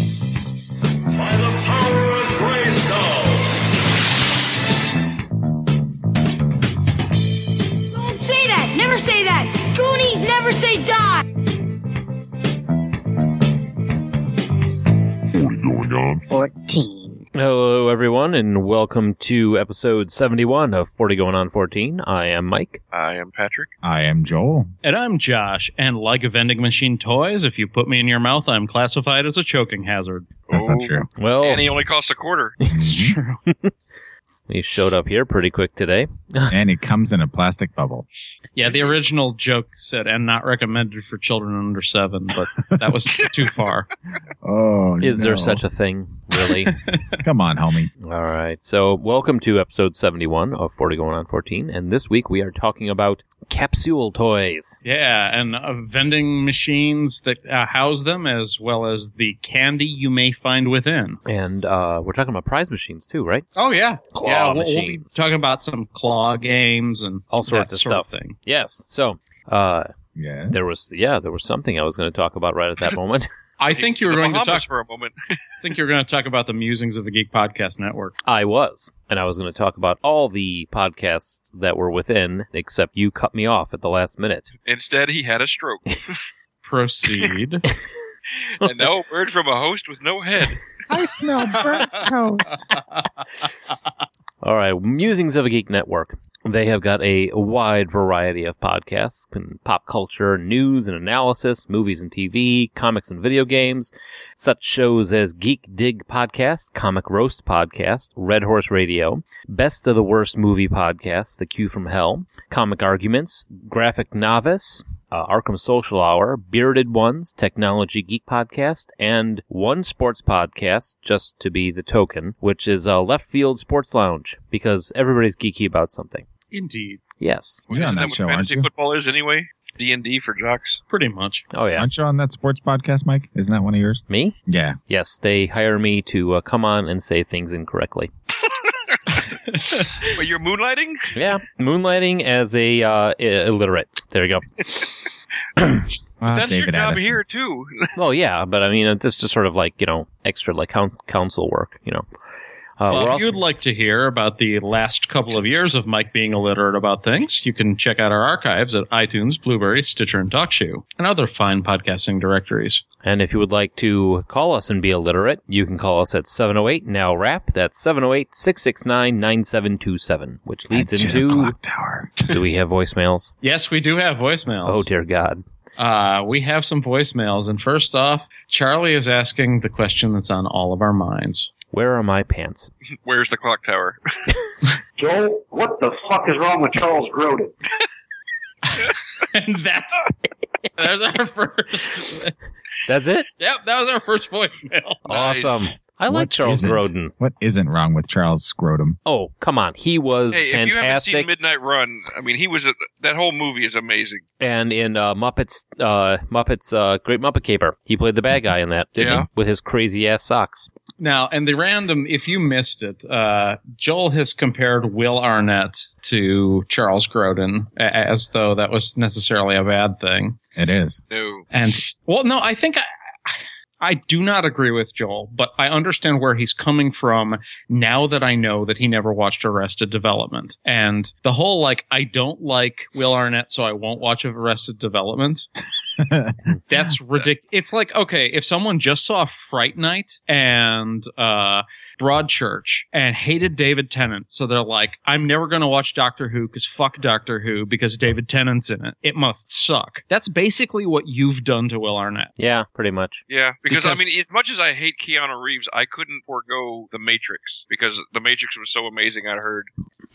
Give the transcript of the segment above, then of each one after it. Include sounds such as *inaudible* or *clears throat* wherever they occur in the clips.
By the power of Grayskull! Don't say that. Never say that. Goonies never say die. Hello, everyone, and welcome to episode 71 of 40 Going On 14. I am Mike. I am Patrick. I am Joel. And I'm Josh, and like a vending machine toys, if you put me in your mouth, I'm classified as a choking hazard. That's not Oh. true. *laughs* Mm-hmm. Well, And he only costs a quarter. It's true. he showed up here pretty quick today. and it comes in a plastic bubble. Yeah, the original joke said, and not recommended for children under seven, but that was too far. Oh, Is no. there such a thing, really? Come on, homie. All right. So, welcome to episode 71 of 40 Going On 14, and this week we are talking about capsule toys. Yeah, and uh, vending machines that uh, house them, as well as the candy you may find within. And uh, we're talking about prize machines, too, right? Oh, yeah. Claw yeah, we'll, we'll be machines. talking about some claw games and All sorts that of sort stuff. thing. Yes. So, uh, Yeah. there was, yeah, there was something I was going to talk about right at that moment. I think you were The going to Bahamas talk. for a moment. I think you were going to talk about the musings of the Geek Podcast Network. I was. And I was going to talk about all the podcasts that were within, except you cut me off at the last minute. Instead, he had a stroke. Proceed. *laughs* and no word from a host with no head. I smell burnt toast. All right, Musings of a Geek Network. They have got a wide variety of podcasts con- pop culture, news and analysis, movies and TV, comics and video games, such shows as Geek Dig Podcast, Comic Roast Podcast, Red Horse Radio, Best of the Worst Movie Podcast, The Cue from Hell, Comic Arguments, Graphic Novice, uh, Arkham Social Hour, Bearded Ones, Technology Geek Podcast, and one sports podcast, just to be the token, which is uh, Left Field Sports Lounge, because everybody's geeky about something. Indeed. Yes. You're on Isn't that what show, aren't fantasy you? football is anyway? D and D for jocks. Pretty much. Oh, yeah. Aren't you on that sports podcast, Mike? Isn't that one of yours? Me? Yeah. Yes, they hire me to uh, come on and say things incorrectly. But you're moonlighting. Yeah, moonlighting as a uh, i- illiterate. There you go. Ah, That's David your job Addison. here too. *laughs* Well, yeah, but I mean, uh, this is just sort of like you know extra like coun- council work. You know, uh, well, we're if also you'd like to hear about the last couple of years of Mike being illiterate about things, you can check out our archives at iTunes, Blueberry, Stitcher, and TalkShoe, and other fine podcasting directories. And if you would like to call us and be illiterate, you can call us at 708 Now Rap. That's 708 669 9727, which At leads two into. Clock Tower. Do we *laughs* have voicemails? Yes, we do have voicemails. Oh, dear God. uh, we have some voicemails. And first off, Charlie is asking the question that's on all of our minds. *laughs* Where are my pants? Where's the clock tower? Joel, what the fuck is wrong with Charles Grodin? and that's, there's our first. *laughs* That's it? yep, that was our first *laughs* voicemail. Nice. Awesome. I like What Charles isn't- Grodin. What isn't wrong with Charles Scrotum? Oh, come on. He was Hey, if you haven't seen fantastic. Midnight Run, I mean, he was a, that whole movie is amazing. and in uh, Muppets, uh, Muppets, uh, Great Muppet Caper, he played the bad guy in that, didn't Yeah. he? With his crazy ass socks. Now, and the random, if you missed it, uh, Joel has compared Will Arnett to Charles Grodin a- as though that was necessarily a bad thing. It is. No, And, well, no, I think I. I do not agree with Joel, but I understand where he's coming from now that I know that he never watched Arrested Development. And the whole like, I don't like Will Arnett, so I won't watch Arrested Development. That's ridiculous. It's like okay, if someone just saw Fright Night and uh, Broadchurch and hated David Tennant, so they're like, I'm never going to watch Doctor Who because fuck Doctor Who because David Tennant's in it. It must suck. That's basically what you've done to Will Arnett. Yeah, pretty much. Yeah, because, I Because- mean, as much as I hate Keanu Reeves, I couldn't forego The Matrix because The Matrix was so amazing. I heard,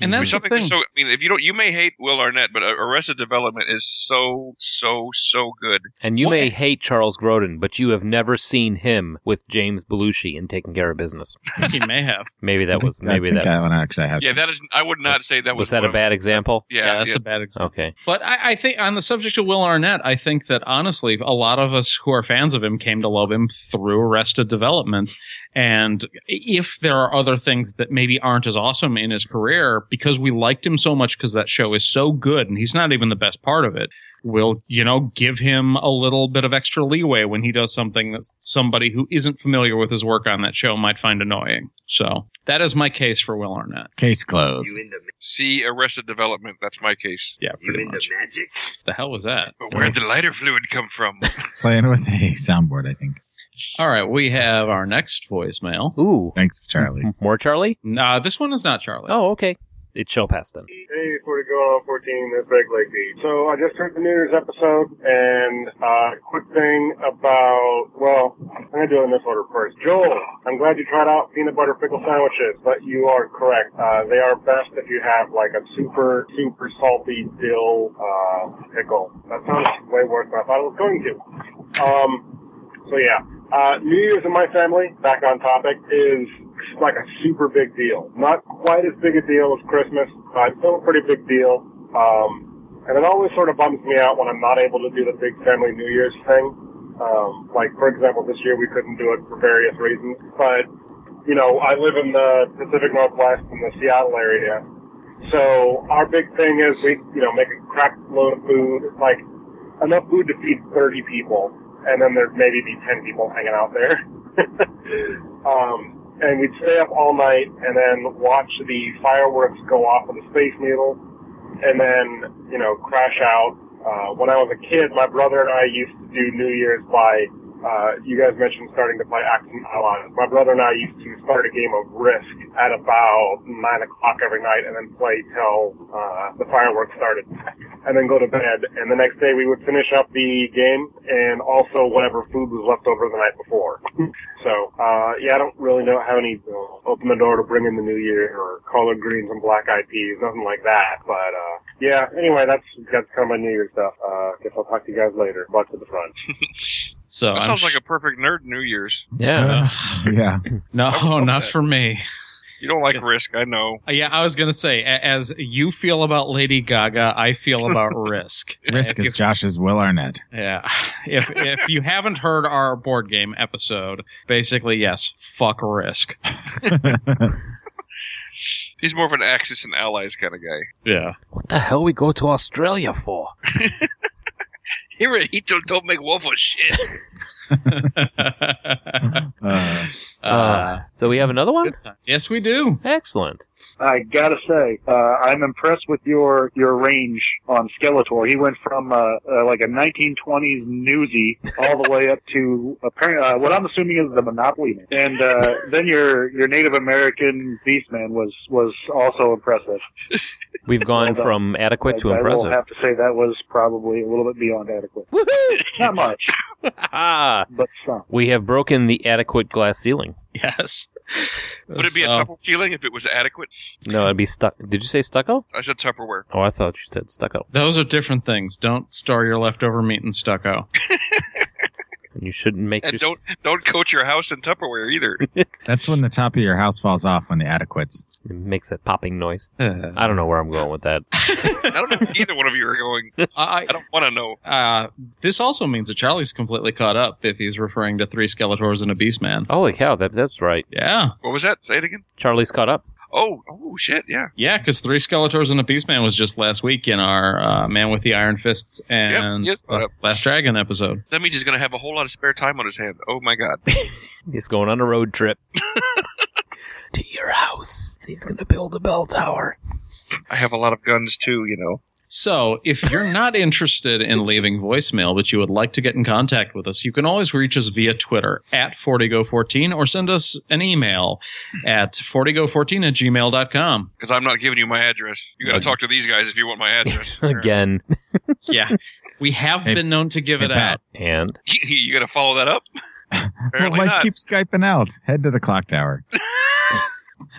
And that's the Something thing. so I mean, if you don't, you may hate Will Arnett, but Arrested Development is so so so good. And you What- may hate Charles Grodin, but you have never seen him with James Belushi in Taking Care of Business. *laughs* he may have. Maybe that was I think maybe that that one actually I have. Yeah, that is. I would not say that was was that one a of- bad example? Yeah, that's yeah. a bad example. Okay. But I, I think on the subject of Will Arnett, I think that honestly, a lot of us who are fans of him came to love him through Arrested Development. And if there are other things that maybe aren't as awesome in his career, because we liked him so much because that show is so good and he's not even the best part of it, we'll, you know, give him a little bit of extra leeway when he does something that somebody who isn't familiar with his work on that show might find annoying. So that is my case for Will Arnett. Case closed. into, see Arrested Development. That's my case. Yeah, you pretty into much. magic? The hell was that? But where'd the Nice. lighter fluid come from? Playing with a soundboard, I think. All right, we have our next voicemail. Ooh. Thanks, Charlie. More Charlie? Nah, this one is not Charlie. Oh, okay. It shall pass then. Hey, before we go on 14, that's Greg Legbee. So I just heard the New Year's episode, and uh, quick thing about, well, I'm going to do it in this order first. Joel, I'm glad you tried out peanut butter pickle sandwiches, but you are correct. Uh, they are best if you have like a super, super salty dill uh, pickle. That sounds way worse than I thought it was going to. Um, so yeah, uh, New Year's in my family, back on topic, is like a super big deal. Not quite as big a deal as Christmas, but still a pretty big deal. Um, and it always sort of bums me out when I'm not able to do the big family New Year's thing. Um, like, for example, this year we couldn't do it for various reasons. But, you know, I live in the Pacific Northwest in the Seattle area. So our big thing is we, you know, make a crap load of food, like enough food to feed 30 people, and then there'd maybe be 10 people hanging out there. *laughs* um, and we'd stay up all night and then watch the fireworks go off with a Space Needle, and then, you know, crash out. Uh, when I was a kid, my brother and I used to do New Year's by, uh, you guys mentioned starting to play Action Allies. My brother and I used to start a game of Risk at about 9 o'clock every night and then play till uh, the fireworks started and then go to bed. And the next day we would finish up the game and also whatever food was left over the night before. so, uh, yeah, I don't really know how any you know, open the door to bring in the new year or collard greens and black eyed peas, nothing like that. But, uh, yeah, anyway, that's, that's kind of my new year stuff. Uh, guess I'll talk to you guys later. Buck to the front. so that I'm sounds sh- like a perfect nerd New Year's. *laughs* Uh, Yeah. Ugh, *laughs* yeah. *laughs* no, not that. for me. You don't like Yeah. risk, I know. Uh, Yeah, I was gonna say, a- as you feel about Lady Gaga, I feel about Risk. Risk is Josh's Will *laughs* Arnett. Yeah, if if you haven't heard our board game episode, basically yes, fuck Risk. He's more of an Axis and Allies kind of guy. *laughs* Yeah, What the hell we go to Australia for? Here, *laughs* he don't, don't make waffle shit. Uh, Uh, so we have another one? yes, we do. Excellent. I gotta say, uh, I'm impressed with your your range on Skeletor. He went from uh, uh, like a 1920s newsie all the way up to apparently uh, what I'm assuming is the Monopoly Man, and uh, then your your Native American Beastman was was also impressive. We've gone *laughs* Well done. from adequate to I, impressive. I will have to say that was probably a little bit beyond adequate. *laughs* Not much, ah, but some. we have broken the adequate glass ceiling. Yes. Would it be a So- Tupperware ceiling if it was adequate? No, it'd be stuck. Did you say stucco? I said Tupperware. Oh, I thought you said stucco. Those are different things. Don't store your leftover meat in stucco. And you shouldn't make And your. don't don't coat your house in Tupperware *laughs* either. that's when the top of your house falls off when the attic quits. It makes that popping noise. Uh, I don't know where I'm going with that. I don't know if either one of you are going. I, I don't want to know. Uh, this also means that Charlie's completely caught up if he's referring to three Skeletors and a Beastman. Holy cow, that, that's right. Yeah, What was that? Say it again. Charlie's caught up. Oh, oh shit, yeah. yeah, because three Skeletors and a Beastman was just last week in our uh, Man with the Iron Fists and yes, uh, yep. Last Dragon episode. That means he's going to have a whole lot of spare time on his hand. Oh my god. He's going on a *laughs* road trip to your house, and he's going to build a bell tower. I have a lot of guns too, you know. So, if you're not interested in leaving voicemail, but you would like to get in contact with us, you can always reach us via Twitter at 40go14 or send us an email at 40go14 *laughs* at gmail.com. Because I'm not giving you my address. You got to Yes. talk to these guys if you want my *laughs* address. Again. Yeah, we have Hey- been known to give hey, it Pat. out. And *laughs* you got to *laughs* follow that up. Well, Apparently why not. keep Skyping out? Head to the clock tower.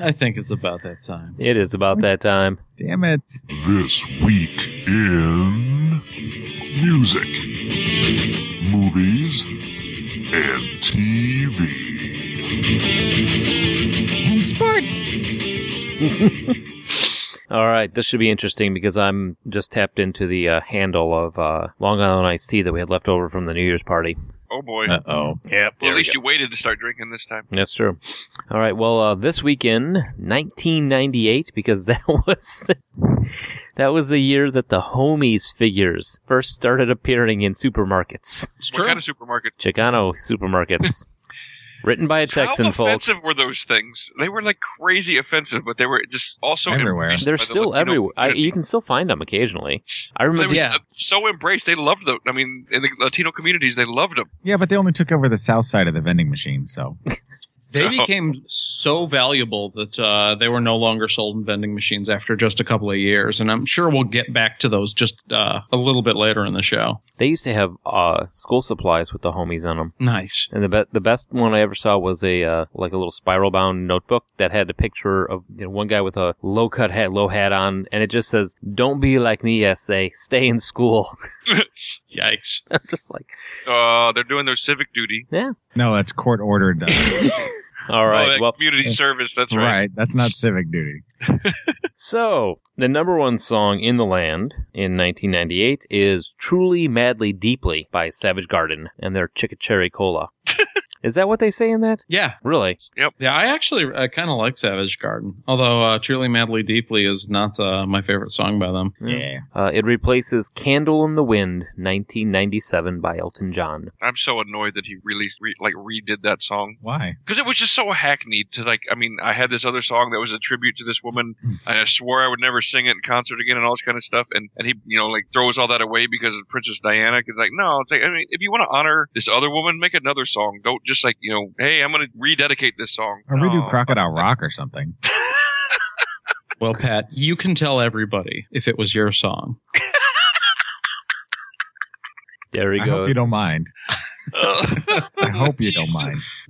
I think it's about that time. It is about that time. Damn it. This week in music, movies, and TV. All right, this should be interesting because I'm just tapped into the uh, handle of uh, Long Island iced tea that we had left over from the New Year's party. Oh boy. Uh oh. Yep. well, at least you waited to start drinking this time. That's true. All right. Well, uh, this weekend, 1998, because *laughs* that was that was the year that the homies figures first started appearing in supermarkets, It's What true. kind of supermarket? Chicano *laughs* supermarkets, written by a Texan, How folks. offensive were those things? They were like crazy offensive, but they were just also Everywhere. embraced They're by the still Latino everywhere. I, community. you can still find them occasionally. I They remember. were Yeah. so embraced. They loved them. I mean, in the Latino communities, they loved them. Yeah, but they only took over the south side of the vending machine, so. They became so valuable that uh, they were no longer sold in vending machines after just a couple of years. And I'm sure we'll get back to those just uh, a little bit later in the show. They used to have uh, school supplies with the homies on them. Nice. And the be- the best one I ever saw was a uh, like a little spiral bound notebook that had a picture of you know, one guy with a low cut hat, low hat on, and it just says, "Don't be like me, essay. Stay in school." *laughs* Yikes. I'm just like, Uh, they're doing their civic duty. No, that's court ordered. uh, all Oh, right, that well, community service. That's right. right. That's not civic duty. so the number one song in the land in 1998 is "Truly Madly Deeply" by Savage Garden and their Chickacherry Cola. is that what they say in that? Yeah. Really? Yeah, I actually I kind of like Savage Garden, although uh, "Truly Madly Deeply" is not uh, my favorite song by them. Yeah. Uh, it replaces "Candle in the Wind" 1997 by Elton John. I'm so annoyed that he really re- like redid that song Why? because it was just so hackneyed. To like, I mean, I had this other song that was a tribute to this woman, Mm. and I swore I would never sing it in concert again, and all this kind of stuff. And and he, you know, like throws all that away because of Princess Diana. It's like, no, it's like, I mean, if you want to honor this other woman, make another song. Don't just like, you know, hey, I'm gonna rededicate this song. Or we do *laughs* No. Crocodile Rock or something. Well, Pat, you can tell everybody if it was your song. There he I goes. hope you don't mind. I hope you don't Jesus.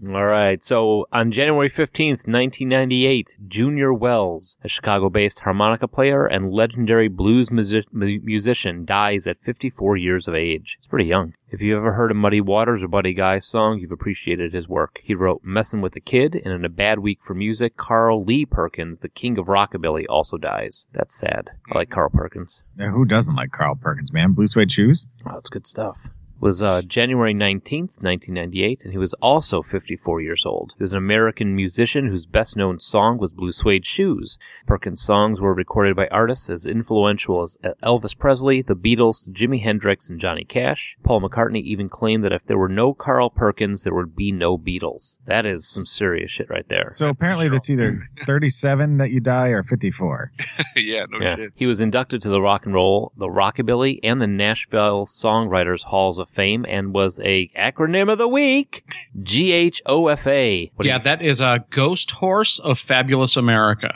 mind. All right. So on January 15th, 1998, Junior Wells, a Chicago based harmonica player and legendary blues music- mu- musician, dies at 54 years of age. It's pretty young. If you've ever heard a Muddy Waters or Buddy Guy song, you've appreciated his work. He wrote Messin' with a Kid, and in A Bad Week for Music, Carl Lee Perkins, the king of rockabilly, also dies. That's sad. I like Carl Perkins. Now, Uh, who doesn't like Carl Perkins, man? Blue suede shoes? Wow, that's good stuff. Was uh, January 19th, 1998, and he was also 54 years old. He was an American musician whose best known song was Blue Suede Shoes. Perkins' songs were recorded by artists as influential as uh, Elvis Presley, the Beatles, Jimi Hendrix, and Johnny Cash. Paul McCartney even claimed that if there were no Carl Perkins, there would be no Beatles. That is some serious shit right there. So apparently that's either 37 that you die or 54. *laughs* yeah, no Yeah. Oh, shit. He was inducted to the Rock and Roll, the Rockabilly, and the Nashville Songwriters Halls of Fame and was a acronym of the week, GHOFA. What do yeah, you- that is a ghost horse of fabulous America.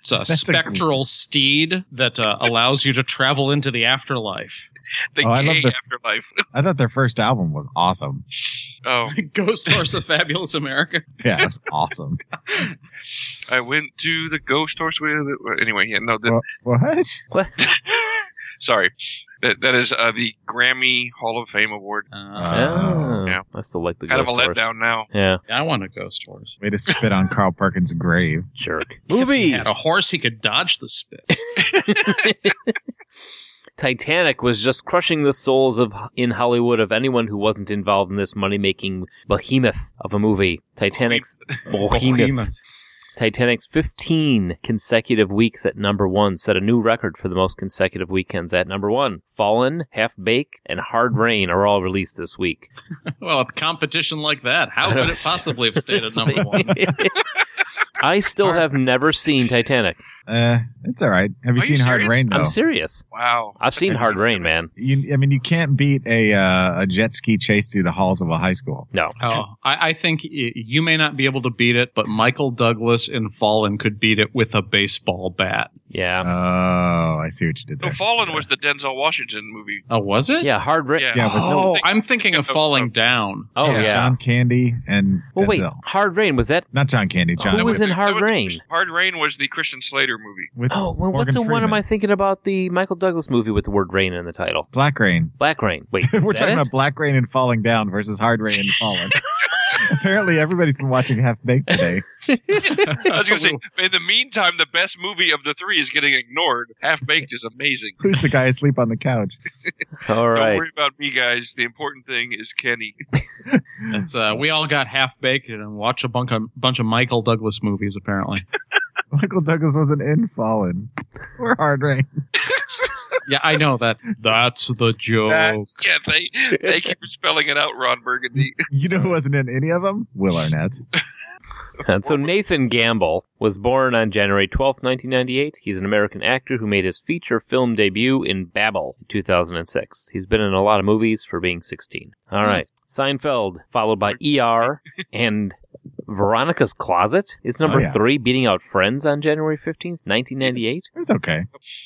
It's a That's a- spectral steed that uh, allows you to travel into the afterlife. The Oh, I love gay the- afterlife. *laughs* I thought their first album was awesome. Oh, *laughs* ghost horse of fabulous America. Yeah, it's awesome. I went to the ghost horse with. It. Anyway, yeah, no, the, Wha- what? sorry, that, that is uh, the Grammy Hall of Fame award. Uh, Oh, Yeah. I still like the Kind of a Ghost Horse. letdown now. Yeah, I want a ghost horse. Way to spit on Carl Perkins' grave. *laughs* jerk. He Movies. had a horse, he could dodge the spit. *laughs* Titanic was just crushing the souls of in Hollywood of anyone who wasn't involved in this money-making behemoth of a movie. Titanic's behemoth. Titanic's 15 consecutive weeks at number one set a new record for the most consecutive weekends at number one. Fallen, Half Bake, and Hard Rain are all released this week. Well, with competition like that, how I know. could it possibly *laughs* have stayed at *laughs* number one? I still have never seen Titanic. Uh, it's all right. Have you Are you seen Hard serious? Rain, though? I'm serious. Wow. I've seen I Hard just- Rain, man. You, I mean, you can't beat a uh, a jet ski chase through the halls of a high school. No. Oh, I, I think y- you may not be able to beat it, but Michael Douglas in Fallen could beat it with a baseball bat. Yeah. Oh, I see what you did So there. Fallen was the Denzel Washington movie. Oh, was it? Yeah, Hard Rain. Yeah. Yeah, but no- Oh, I'm thinking of falling down. *laughs* Oh, yeah. John Candy and Well, wait. Denzel. Hard Rain, was that Not John Candy. John that was the- in Hard that was the- Rain? Hard Rain was the Christian *laughs* Slater movie. With Oh, well, Morgan what's the one Freeman. am I thinking about? The Michael Douglas movie with the word rain in the title. Black Rain. *laughs* Black Rain. Wait, is We're that talking it? about Black Rain and Falling Down versus Hard Rain and *laughs* Falling. *laughs* Apparently, everybody's been watching Half Baked today. *laughs* I was gonna say, in the meantime, the best movie of the three is getting ignored. Half Baked is amazing. Who's the guy asleep on the couch? *laughs* All Don't right. worry about me, guys. The important thing is Kenny. It's uh, we all got half baked and watch a bunch of, bunch of Michael Douglas movies. Apparently, Michael Douglas wasn't in Fallen or Hard Rain. yeah, I know that. That's the Oh. joke. That's- *laughs* yeah, they, thank you for spelling it out, Ron Burgundy. *laughs* You know who wasn't in any of them? Will Arnett. And Uh, so Nathan Gamble was born on January 12th, 1998. He's an American actor who made his feature film debut in Babel in 2006. He's been in a lot of movies for being 16. All right. Seinfeld, followed by ER and Veronica's Closet is number Oh, yeah. three, beating out Friends on January 15th, 1998. It's okay.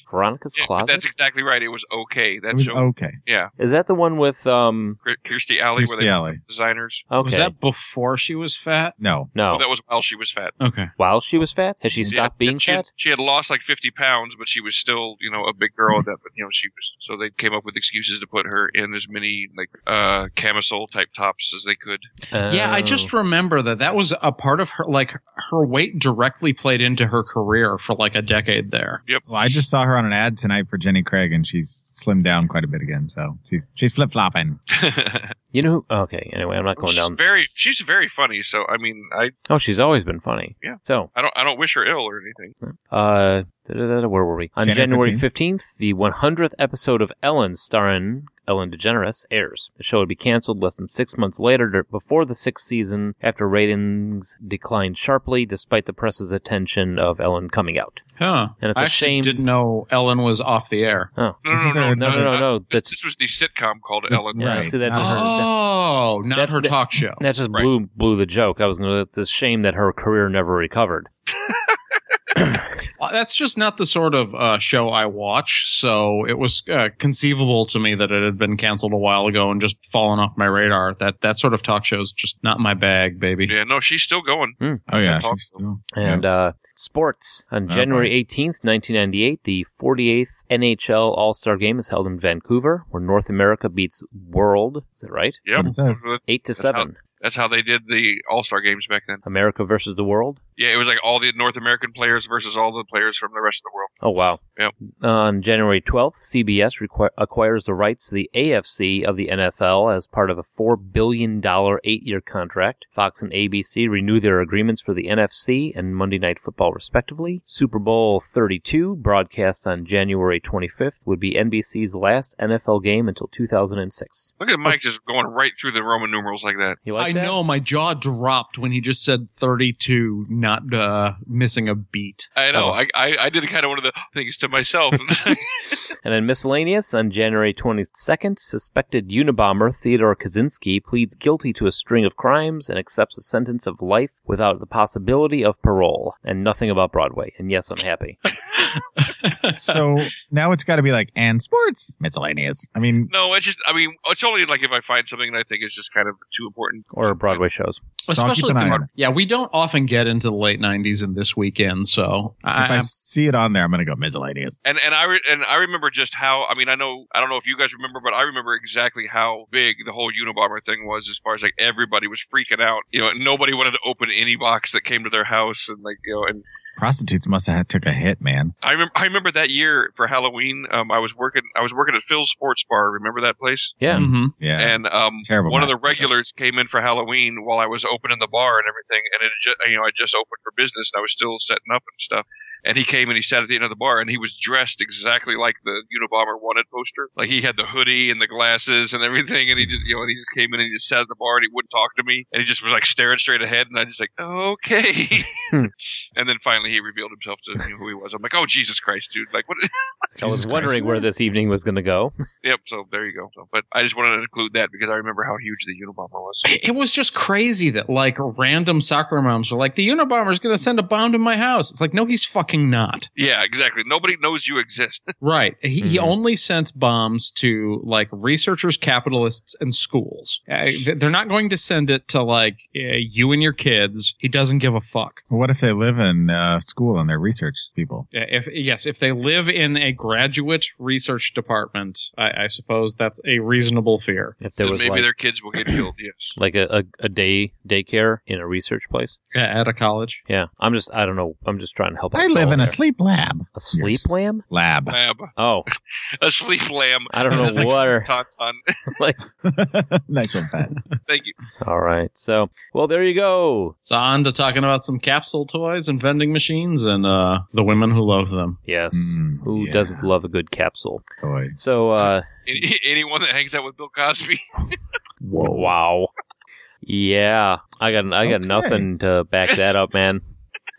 Veronica's Yeah, Closet? that's exactly right. It was okay. That It was show, okay. Is that the one with, um, Kir- Kirstie Alley, where Kirstie they Alley. designers. okay. Was that before she was fat? No. no. Oh, that was while she was fat. Okay. While she was fat? Has she stopped Yeah, being she had- fat? she had lost like 50 pounds, but she was still, you know, a big girl at that. But you know, she was. So they came up with excuses to put her in as many like uh camisole type tops as they could. Yeah, I Oh. just remember that that was a part of her, like her weight directly played into her career for like a decade there. Well, I just saw her on an ad tonight for Jenny Craig, and she's slimmed down quite a bit again. So she's she's flip flopping. You know, who- okay, anyway, I'm not going Oh, she's down. very, she's very funny. So I mean, I, Oh, she's always been funny. Yeah. So, I don't, I don't wish her ill or anything. Uh, da-da-da-da, where were we? On January January 15th, the 100th episode of Ellen starring Ellen DeGeneres airs. The show would be canceled less than six months later, dur- before the sixth season, after ratings declined sharply despite the press's attention of Ellen coming out. Huh. And it's I a actually shame- didn't know Ellen was off the air. Oh, No, Isn't no, there no, no, no, no, *laughs* no. This, That's, this was the sitcom called Ellen. yeah, Right. see, that, that, Oh, not that- her that- talk show. that just Right. blew blew the joke. I was going to, it's a shame that her career never recovered. Well, Uh, That's just not the sort of uh, show I watch. So it was uh, conceivable to me that it had been canceled a while ago and just fallen off my radar. That that sort of talk show is just not my bag, baby. Yeah, no, she's still going. Oh yeah, yeah, she's she's still. And uh, sports on January 18th, 1998, the 48th NHL All Star Game is held in Vancouver, where North America beats World. Is that right? Yep. That's what it says. Eight to That's seven. That's how they did the All Star games back then. America versus the world. Yeah, it was like all the North American players versus all the players from the rest of the world. Oh wow! Yep. On January 12th, CBS requi- acquires the rights to the AFC of the NFL as part of a four billion dollar eight-year contract. Fox and ABC renew their agreements for the NFC and Monday Night Football, respectively. Super Bowl 32, broadcast on January 25th, would be NBC's last NFL game until 2006. Look at Mike just going right through the Roman numerals like that. You like I that? know my jaw dropped when he just said 32, not uh, missing a beat. I know. Oh. I, I I did kind of one of the things to myself. *laughs* And then miscellaneous on January 22nd, suspected Unabomber Theodore Kaczynski pleads guilty to a string of crimes and accepts a sentence of life without the possibility of parole. And nothing about Broadway. And yes, I'm happy. *laughs* so now it's got to be like and sports miscellaneous. I mean, no, it's just. I mean, it's only like if I find something that I think is just kind of too important. Or Broadway shows. keep Especially, an eye on con- yeah, we don't often get into the late 90s and this weekend. So if I, I, see it on there, I'm gonna go miscellaneous. And and I re- and I remember just how. I mean, I know I don't know if you guys remember, but I remember exactly how big the whole Unabomber thing was. As far as like everybody was freaking out. You know, and nobody wanted to open any box that came to their house, and like you know, and Prostitutes must have had- took a hit, man. I remember, I remember that year for Halloween. Um, I was working. I was working at Phil's Sports Bar. Remember that place? Yeah. Mhm. Yeah. And um, Terrible one of the math. regulars came in for Halloween while I was opening the bar and everything. And it had ju- you know I just opened for business and I was still setting up and stuff. And he came and he sat at the end of the bar and he was dressed exactly like the Unabomber wanted poster. Like he had the hoodie and the glasses and everything. And he just you know and he just came in and he just sat at the bar and he wouldn't talk to me. And he just was like staring straight ahead. And I just like Hmm. *laughs* okay. and then finally he revealed himself to me who he was. I'm like oh Jesus Christ, dude! Like what? *laughs* I was Jesus wondering Christ. where this evening was going to go. Yep. So there you go. So, but I just wanted to include that because I remember how huge the Unabomber was. It was just crazy that like random soccer moms were like, the Unabomber's going to send a bomb to my house. It's like, no, he's fucking not. Yeah, exactly. Nobody knows you exist. Right. He, he Mhm. only sent bombs to like researchers, capitalists, and schools. Uh, th- they're not going to send it to like uh, you and your kids. He doesn't give a fuck. Well, what if they live in uh, school and they're research people? Uh, If yes, if they live in a graduate research department, I, I suppose that's a reasonable fear. If there was maybe like, their kids will get killed. *laughs* Yes. like a, a, a day daycare in a research place. Uh, At a college, Yeah, I'm just I don't know. I'm just trying to help. They out live Joel in a there. sleep lab. a sleep Yes. lamb. Lab. Lab, Oh, a sleep lamb. I don't That's know like *laughs* what. are- Tauntaun. like, *laughs* nice one, Pat. Thank you. all right. So, well, there you go. it's on to talking about some capsule toys and vending machines and uh, the women who love them. Yes. Mm, Who yeah. doesn't love a good capsule? Toy. *laughs* So, uh, Any, anyone that hangs out with Bill Cosby. *laughs* Whoa. Wow. Yeah, I got I got Okay. nothing to back that up, man.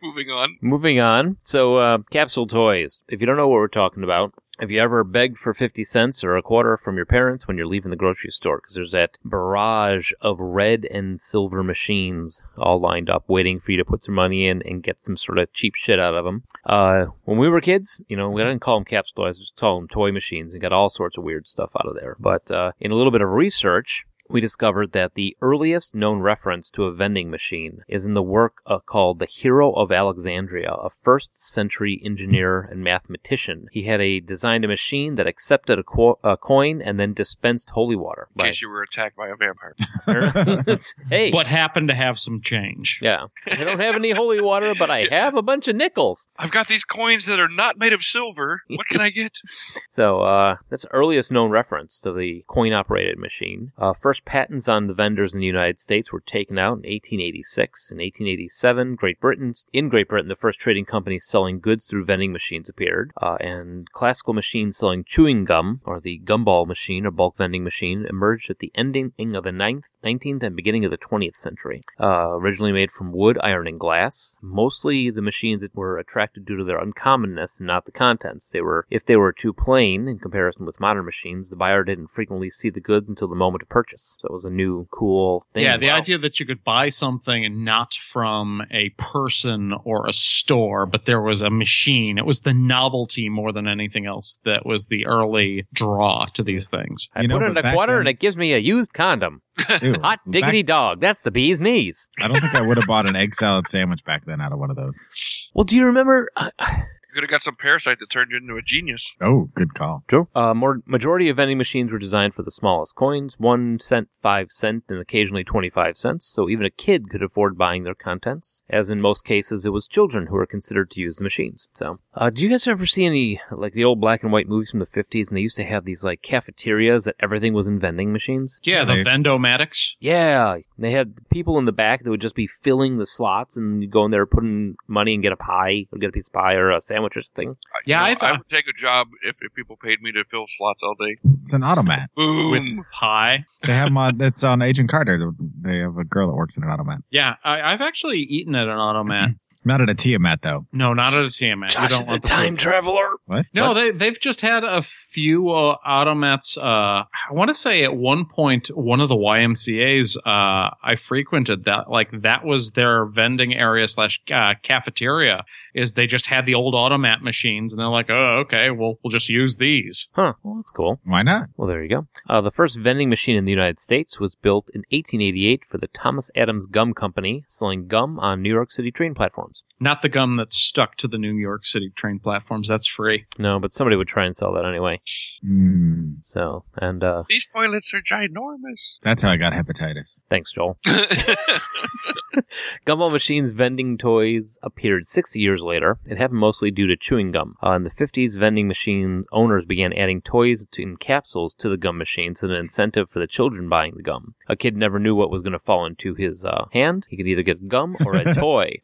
Moving on. Moving on. So, uh, capsule toys. If you don't know what we're talking about, have you ever begged for 50 cents or a quarter from your parents when you're leaving the grocery store? Because there's that barrage of red and silver machines all lined up waiting for you to put some money in and get some sort of cheap shit out of them. Uh, when we were kids, you know, we didn't call them capsule toys, we just call them toy machines and got all sorts of weird stuff out of there. But uh, in a little bit of research, we discovered that the earliest known reference to a vending machine is in the work uh, called The Hero of Alexandria, a first century engineer and mathematician. He had a designed a machine that accepted a, co- a coin and then dispensed holy water. In case you were attacked by a vampire. *laughs* hey, But happen to have some change. yeah, I don't have any holy water, but I have a bunch of nickels. I've got these coins that are not made of silver. What can I *laughs* get? So uh, that's the earliest known reference to the coin-operated machine. Uh, first patents on the vendors in the United States were taken out in 1886. In 1887, Great Britain, in Great Britain, the first trading companies selling goods through vending machines appeared, uh, and classical machines selling chewing gum or the gumball machine or bulk vending machine emerged at the ending of the 9th, 19th, and beginning of the 20th century. Uh, originally made from wood, iron, and glass, mostly the machines that were attracted due to their uncommonness and not the contents. They were, if they were too plain in comparison with modern machines, the buyer didn't frequently see the goods until the moment of purchase. So it was a new, cool thing. Yeah, the Wow. idea that you could buy something and not from a person or a store, but there was a machine. It was the novelty more than anything else that was the early draw to these things. I You know, put in but a back quarter then- and it gives me a used condom. Ew. Hot Back- diggity dog. That's the bee's knees. I don't think I would have bought an egg salad sandwich back then out of one of those. Well, do you remember? Uh, You could have got some parasite that turned you into a genius. Oh, good call. True. Uh, more, majority of vending machines were designed for the smallest coins, one cent, five cent, and occasionally twenty-five cents. So even a kid could afford buying their contents. As in most cases, it was children who were considered to use the machines. So, uh, do you guys ever see any like the old black and white movies from the fifties? And they used to have these like cafeterias that everything was in vending machines. Yeah, the Right. Vendomatics. Yeah, they had people in the back that would just be filling the slots, and you go in there, put in money, and get a pie, or get a piece of pie, or a sandwich, or something. I- Yeah, you know, I thought- I would take a job if, if people paid me to fill slots all day. It's an automat. Boom. With pie. They have mod. It's on Agent Carter. They have a girl that works in an automat. Yeah, I, I've actually eaten at an automat. Not at a Tiamat though. No, not at a TMA. you don't want the food. traveler. What? No, What? they they've just had a few uh, automats. Uh, I want to say at one point, one of the YMCA's uh, I frequented that like that was their vending area slash uh, cafeteria. Is they just had the old automat machines, and they're like, oh, okay, well, we'll just use these. Huh. Well, that's cool. Why not? Well, there you go. Uh, the first vending machine in the United States was built in 1888 for the Thomas Adams Gum Company, selling gum on New York City train platforms. Not the gum that's stuck to the New York City train platforms. That's free. No, but somebody would try and sell that anyway. Mm, So, and uh, These toilets are ginormous. *laughs* that's how I got hepatitis. thanks, Joel. *laughs* Gumball machines vending toys appeared 60 years later. It happened mostly due to chewing gum. Uh, in the 50s, vending machine owners began adding toys to, in capsules to the gum machines as an incentive for the children buying the gum. A kid never knew what was going to fall into his uh, hand. He could either get gum or a toy.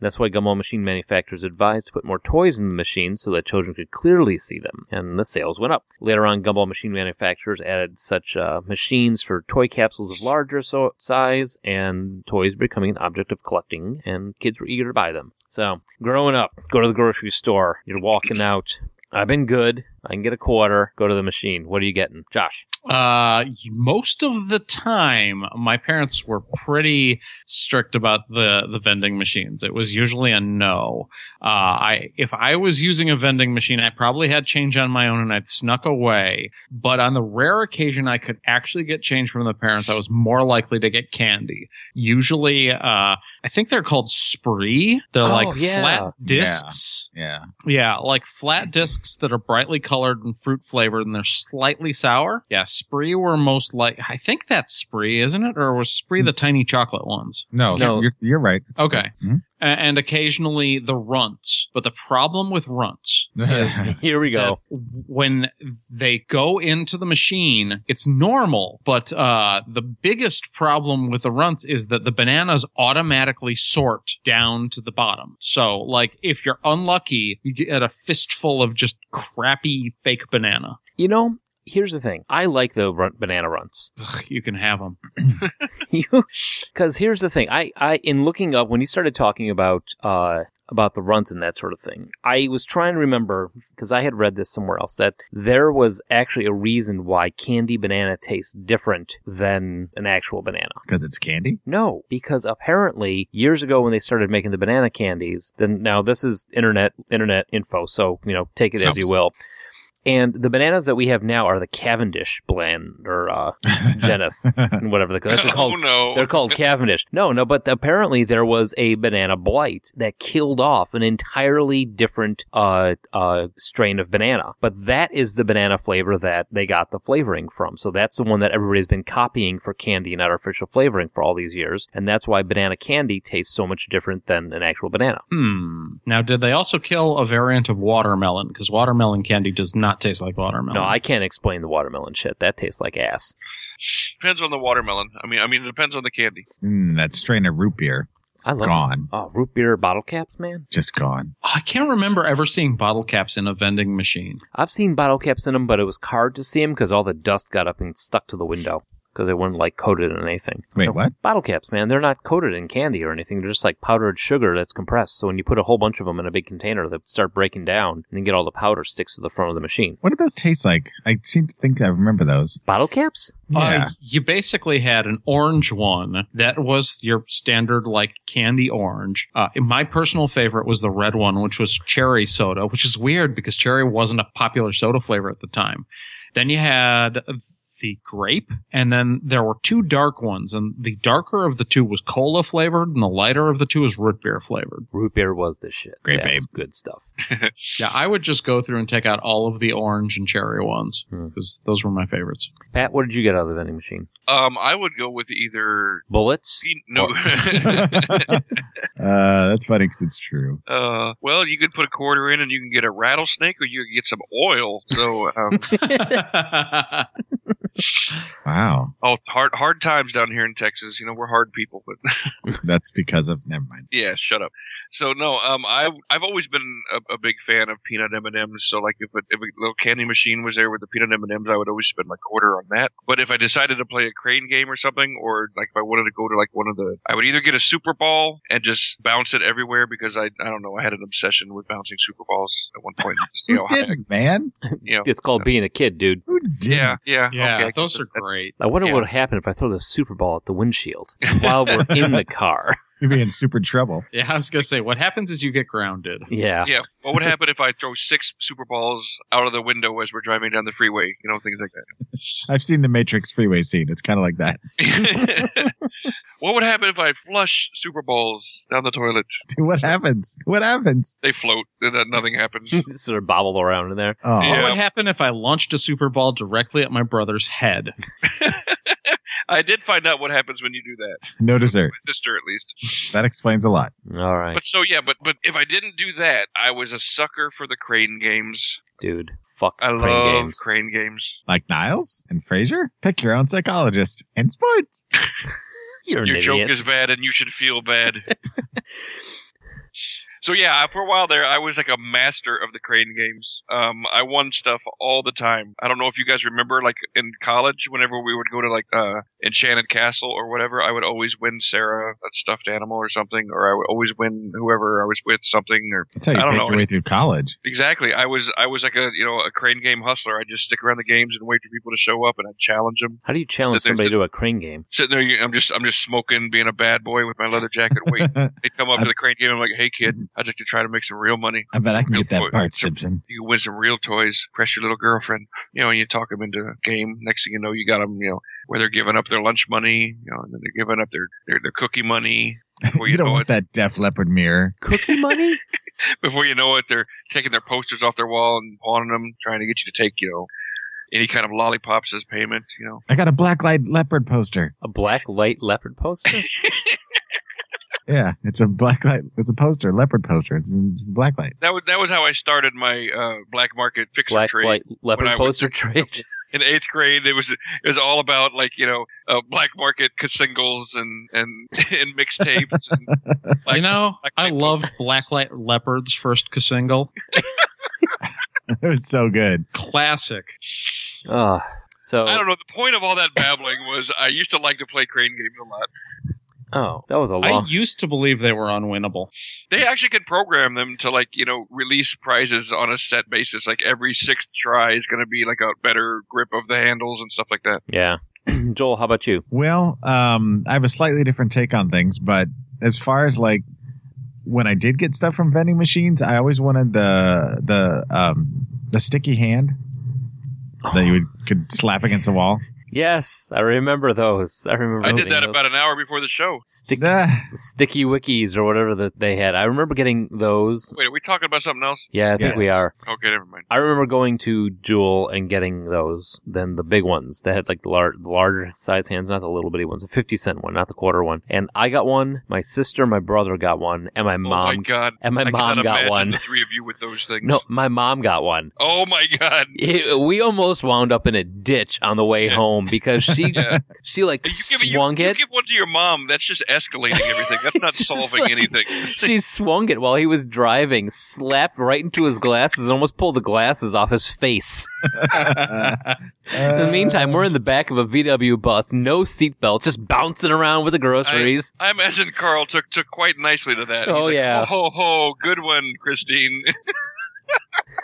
That's why gumball machine manufacturers advised to put more toys in the machines so that children could clearly see them, and the sales went up. Later on, gumball machine manufacturers added such uh, machines for toy capsules of larger so- size, and toys becoming an object of collecting, and kids were eager to buy them. So, growing up, go to the grocery store, you're walking out. I've been good. I can get a quarter. Go to the machine. What are you getting, *laughs* Josh? Uh, most of the time, my parents were pretty strict about the the vending machines. It was usually a no. Uh, I if I was using a vending machine, I probably had change on my own and I'd snuck away. But on the rare occasion I could actually get change from the parents, I was more likely to get candy. Usually, uh, I think they're called spree. They're Oh, like yeah. flat discs. Yeah. Yeah, like flat discs that are brightly colored and fruit flavored and they're slightly sour. Yeah, Spree were most like, I think that's Spree, isn't it? Or was Spree the tiny chocolate ones? No, No. You're, you're right. It's- Okay. *laughs* Mhm. A- And occasionally the runts. But the problem with runts Here we go. that when they go into the machine, it's normal. But uh, the biggest problem with the runts is that the bananas automatically sort down to the bottom. So, like, if you're unlucky, you get a fistful of just crappy fake banana. You know, here's the thing. I like the run- banana runs. Ugh, you can have them. *laughs* you because here's the thing i i in looking up when you started talking about uh about the runs and that sort of thing i was trying to remember because i had read this somewhere else that there was actually a reason why candy banana tastes different than an actual banana Because it's *laughs* candy? no because apparently years ago when they started making the banana candies then now this is internet internet info so you know take it as you Sounds- will and the bananas that we have now are the Cavendish blend or uh, *laughs* genus, and whatever the *laughs* that's oh called no! they're called Cavendish. No, no, but apparently there was a banana blight that killed off an entirely different uh, uh, strain of banana. But that is the banana flavor that they got the flavoring from. So that's the one that everybody's been copying for candy and artificial flavoring for all these years. And that's why banana candy tastes so much different than an actual banana. Hmm. Now, did they also kill a variant of watermelon? Because watermelon candy does not taste like watermelon. No, I can't explain the watermelon shit. That tastes like ass. Depends on the watermelon. I mean, I mean, it depends on the candy. Mm, that strain of root beer. It's I love gone. Oh, root beer bottle caps, man. Just gone. I can't remember ever seeing bottle caps in a vending machine. I've seen bottle caps in them, but it was hard to see them because all the dust got up and stuck to the window because they weren't like coated in anything. Wait, what? Bottle caps, man, they're not coated in candy or anything. They're just like powdered sugar that's compressed. So when you put a whole bunch of them in a big container, they start breaking down and then get all the powder sticks to the front of the machine. What did those taste like? I seem to think I remember *laughs* those. *laughs* Bottle caps? Yeah. Uh, you basically had an orange one that was your standard like candy orange. Uh, my personal favorite was the red one, which was cherry soda, which is weird because cherry wasn't a popular soda flavor at the time. Then you had the grape, and then there were two dark ones, and the darker of the two was cola flavored, and the lighter of the two was root beer flavored. Root beer was the shit. Great, That babe. was good stuff. Yeah, I would just go through and take out all of the orange and cherry ones because those were my favorites. Pat, what did you get out of the vending machine? Um, I would go with either Bullets? *laughs* no. uh, that's funny because it's true. *laughs* uh, well, you could put a quarter in, and you can get a rattlesnake, or you can get some oil. So, um, Wow. oh, hard hard times down here in Texas. You know, we're hard people, but That's because of, never mind. Yeah, shut up. So no, um, I I've always been a, a big fan of peanut M and M's. So like, if a, if a little candy machine was there with the peanut M and M's, I would always spend my quarter on that. But if I decided to play a crane game or something, or like if I wanted to go to like one of the, I would either get a super ball and just bounce it everywhere because I I don't know I had an obsession with bouncing super balls at one point. Just, you Who know, high- didn't, man? you know. It's called being a kid, dude. Who didn't? yeah, yeah, yeah, Ah, okay, I those guess are that- great. I wonder Yeah. what would happen if I throw the Super Ball at the windshield while we're in the car. *laughs* You'd be in super trouble. Yeah, I was gonna say what happens is you get grounded. Yeah. *laughs* Yeah, what would happen if I throw six super balls out of the window as we're driving down the freeway? You know, things like that. I've seen the Matrix freeway scene. It's kind of like that. *laughs* *laughs* what would happen if I flush Super Bowls down the toilet? what happens? What happens? They float, and then nothing happens. *laughs* Just sort of bobble around in there. Oh, Yeah. What would happen if I launched a super ball directly at my brother's head? I did find out what happens when you do that. no dessert. My sister, at least. That explains a lot. All right, But so yeah, but but if I didn't do that, I was a sucker for the crane games. dude. Fuck I crane love games. crane games. Like Niles and Frasier, pick your own psychologist and sports. You're an Your joke idiot. is bad, and you should feel bad. So yeah, for a while there, I was like a master of the crane games. Um, I won stuff all the time. I don't know if you guys remember, like in college, whenever we would go to like uh, Enchanted Castle or whatever, I would always win Sarah a stuffed animal or something, or I would always win whoever I was with something. Or That's how you I don't paid know. your way through college. exactly, I was I was like a you know a crane game hustler. I would just stick around the games and wait for people to show up, and I would challenge them. How do you challenge So there's somebody to a crane game? Sitting there, you- I'm just I'm just smoking, being a bad boy with my leather jacket. Wait, *laughs* I they come up to the crane game. I'm like, hey kid, I'd like to try to make some real money. bet I can Mm-hmm. get that Wait, part, sure. Simpson. *laughs* you can win some real toys, press your little girlfriend, you know, and you talk them into a game. Next thing you know, you got them, you know, where they're giving up their lunch money, you know, and then they're giving up their, their, their cookie money. *laughs* Before you, You don't know want it, that Def Leopard mirror. *laughs* Cookie money? before you know it, they're taking their posters off their wall and pawning them, trying to get you to take, you know, any kind of lollipops as payment, you know. I got a blacklight leopard poster. a black light *laughs* leopard poster? Yeah, it's a blacklight. It's a poster, leopard poster. It's in blacklight. That was, that was how I started my, uh, black market fixer black trade. light leopard When I was- poster trade. in eighth grade. It was it was all about like you know uh, black market singles and and *laughs* and mixtapes. *laughs* And black- you know, black I people. loved Blacklight Leopard's first single. *laughs* It was so good. Classic. *laughs* Ah, so I don't know. The point of all that babbling was I used to like to play crane games a lot. oh, that was a I long. used to believe they were unwinnable. They actually could program them to like you know release prizes on a set basis. Like every sixth try is going to be like a better grip of the handles and stuff like that. yeah, *clears throat* Joel, how about you? Well, um, I have a slightly different take on things, but as far as like when I did get stuff from vending machines, I always wanted the the um, the sticky hand that you would could slap against the wall. Yes, I remember those. I remember. I did getting that those. about an hour before the show. Stick, *laughs* Ah, sticky wikis or whatever that they had. I remember getting those. Wait, are we talking about something else? Yeah, I think we Yes. are. Okay, never mind. I remember going to Jewel and getting those, then the big ones that had like the, lar- the larger size hands, not the little bitty ones, the 50 cent one, not the quarter one. And I got one, my sister, my brother got one, and my oh my mom god. and my I mom cannot got imagine one. The three of you with those things. No, my mom got one. Oh my *laughs* god. It- we almost wound up in a ditch on the way Yeah. home because she *laughs* Yeah. she like You give, it- you- swung you it. give one to your mom. That's just escalating everything. That's *laughs* not It's just solving like- anything. she swung it while he was driving, slapped right into his glasses, and almost pulled the glasses off his face. In the meantime, we're in the back of a VW bus, no seatbelt, just bouncing around with the groceries. *laughs* I imagine Carl took took quite nicely to that. Oh, He's like, yeah. ho ho, good one, Christine. *laughs*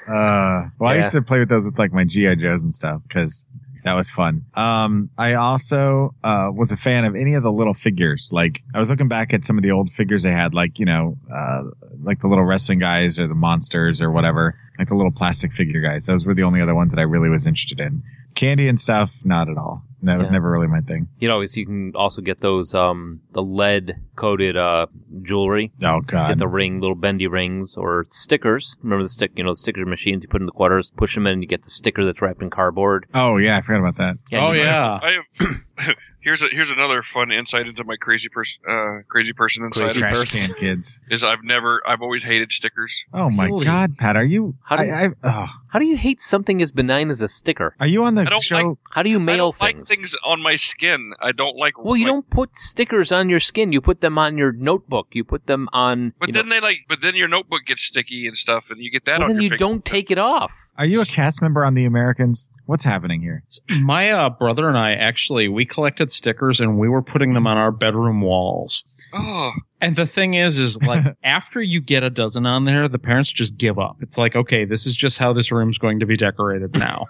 Uh, well, I used to play with those with like my GI Joes and stuff because that was fun. Um, I also uh, was a fan of any of the little figures. Like I was looking back at some of the old figures they had, like you know, uh, like the little wrestling guys or the monsters or whatever, like the little plastic figure guys. Those were the only other ones that I really was interested in. Candy and stuff, not at all. That was Yeah. never really my thing. you know, you can also get those um the lead coated uh jewelry. Oh Get god, the ring, little bendy rings or stickers. Remember the stick, you know, the sticker machines you put in the quarters, push them in, and you get the sticker that's wrapped in cardboard. oh yeah, I forgot about that. And oh you- yeah. I have *clears throat* here's a, here's another fun insight into my crazy person uh, crazy person inside Crazy Trash person. can *laughs* kids. is I've never I've always hated stickers. Oh my Really? god, Pat, are you? How do I, you- I, oh, How do you hate something as benign as a sticker? are you on I the don't show? like How do you I mail don't like things on my skin. I don't like. Well, you like- don't put stickers on your skin. You put them on your notebook. You put them on. But you then know, they like. But then your notebook gets sticky and stuff, and you get that well, on then your. you finger. don't take it off. Are you a cast member on The Americans? What's happening here? My uh, brother and I actually we collected stickers and we were putting them on our bedroom walls. Oh, And the thing is, is like after you get a dozen on there, the parents just give up. It's like, okay, this is just how this room's going to be decorated now.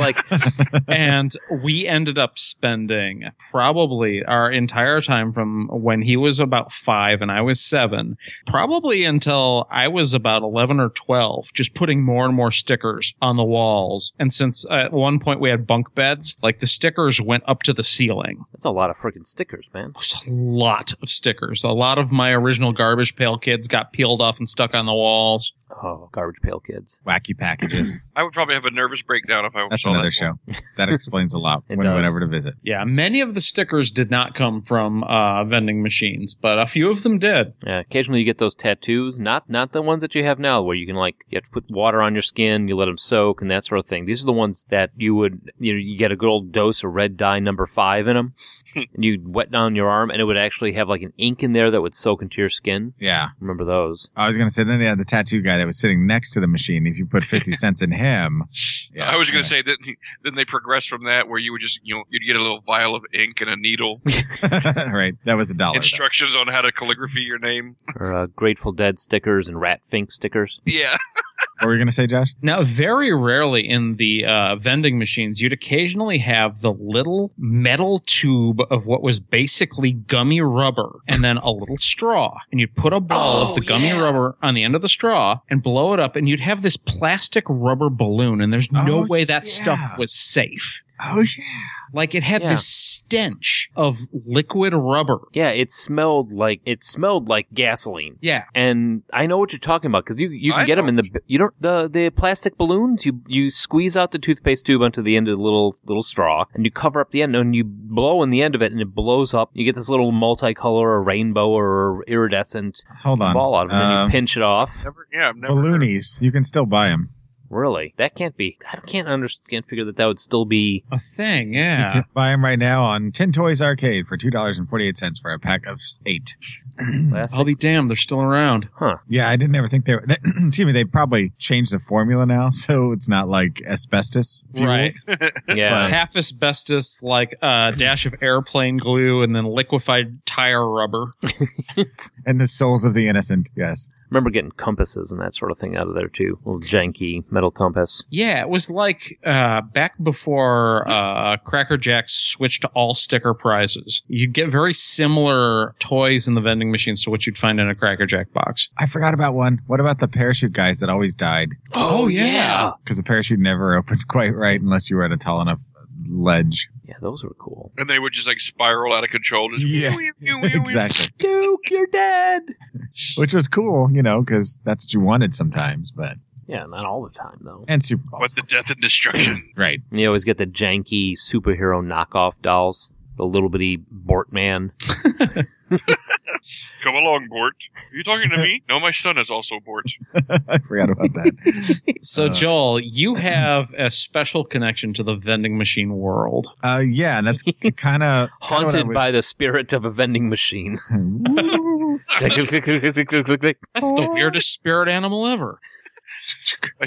*laughs* like and we ended up spending probably our entire time from when he was about five and I was seven, probably until I was about 11 or 12, just putting more and more stickers on the walls. And since uh, at one point we had bunk beds, like the stickers went up to the ceiling. that's a lot of freaking stickers, man. It was a lot of stickers. A lot of my original Garbage Pail Kids got peeled off and stuck on the walls. Oh, garbage pail kids. Wacky *clears throat* packages. I would probably have a nervous breakdown if I That's saw another that. *laughs* show. That explains a lot It when we went does. over to visit. Yeah, many of the stickers did not come from uh, vending machines, but a few of them did. Yeah, occasionally you get those tattoos, not not the ones that you have now, where you can like you have to put water on your skin, you let them soak, and that sort of thing. These are the ones that you would you know you get a good old dose of red dye number five in them, and you would wet down your arm, and it would actually have like an an ink in there that would soak into your skin. Yeah. Remember those? I was going to say, then they had the tattoo guy that was sitting next to the machine. If you put *laughs* 50 cents in him. Yeah, I was going yeah. to say that then they progressed from that where you would just you know you'd get a little vial of ink and *laughs* a needle, *laughs* right. That was a dollar. though. instructions on how to calligraphy your name. Or uh, Grateful Dead stickers and Rat Fink stickers. Yeah, What were you going to say, Josh? Now, very rarely in the uh, vending machines, you'd occasionally have the little metal tube of what was basically gummy rubber and then a little straw. And you'd put a ball Oh, of the gummy rubber on the end of the straw and blow it up, and you'd have this plastic rubber balloon. And there's no Oh, way that yeah. stuff was safe. Oh, yeah. Like it had Yeah. this stench of liquid rubber. Yeah, it smelled like it smelled like gasoline. Yeah. And I know what you're talking about because you you can I get them in know. the you don't the the plastic balloons. You you squeeze out the toothpaste tube onto the end of the little little straw and you cover up the end and you blow in the end of it and it blows up. You get this little multicolor or rainbow or iridescent Hold on. ball out of it. and then Um, you pinch it off. never. Yeah, I've never. Balloonies. You can still buy them. Really, that can't be. I can't understand. Can't figure that that would still be. A thing, You *laughs* yeah. can buy them right now on Tin Toys Arcade for $2.48 for a pack of eight. Plastic. Hmm. I'll be damned, they're still around. Yeah, I didn't ever think they *clears throat* were. excuse me, they probably changed the formula now, *laughs* so it's not like asbestos fuel. Right. yeah. Right. half asbestos, like a dash of airplane glue, and then liquefied tire rubber. And the souls of the innocent. Yes. Remember getting compasses and that sort of thing out of there too. Little janky metal compass. Yeah, it was like uh, back before uh, Cracker Jacks switched to all sticker prizes. You'd get very similar toys in the vending machines to what you'd find in a Cracker Jack box. I forgot about one. What about the parachute guys that always died? Oh, yeah. Because the parachute never *laughs* opened quite right unless you were at a tall enough ledge. Yeah, those were cool. And they would just like spiral out of control. Just *laughs* Yeah, exactly. Duke, you're dead. Which was cool, you know, because that's what you wanted sometimes, but. Yeah, not all the time though. And Super Bowl. But the death *laughs* and destruction. Right. You always get the janky superhero knockoff dolls. The little bitty Bortman. Come along, Bort. Are you talking to me? No, my son is also Bort. I forgot about that. So, Uh, Joel, you have a special connection to the vending machine world. Uh, yeah, and that's kind of Haunted by the spirit of a vending machine. *laughs* *laughs* Click, click, click, click, click, click, click, click. That's the weirdest spirit animal ever. My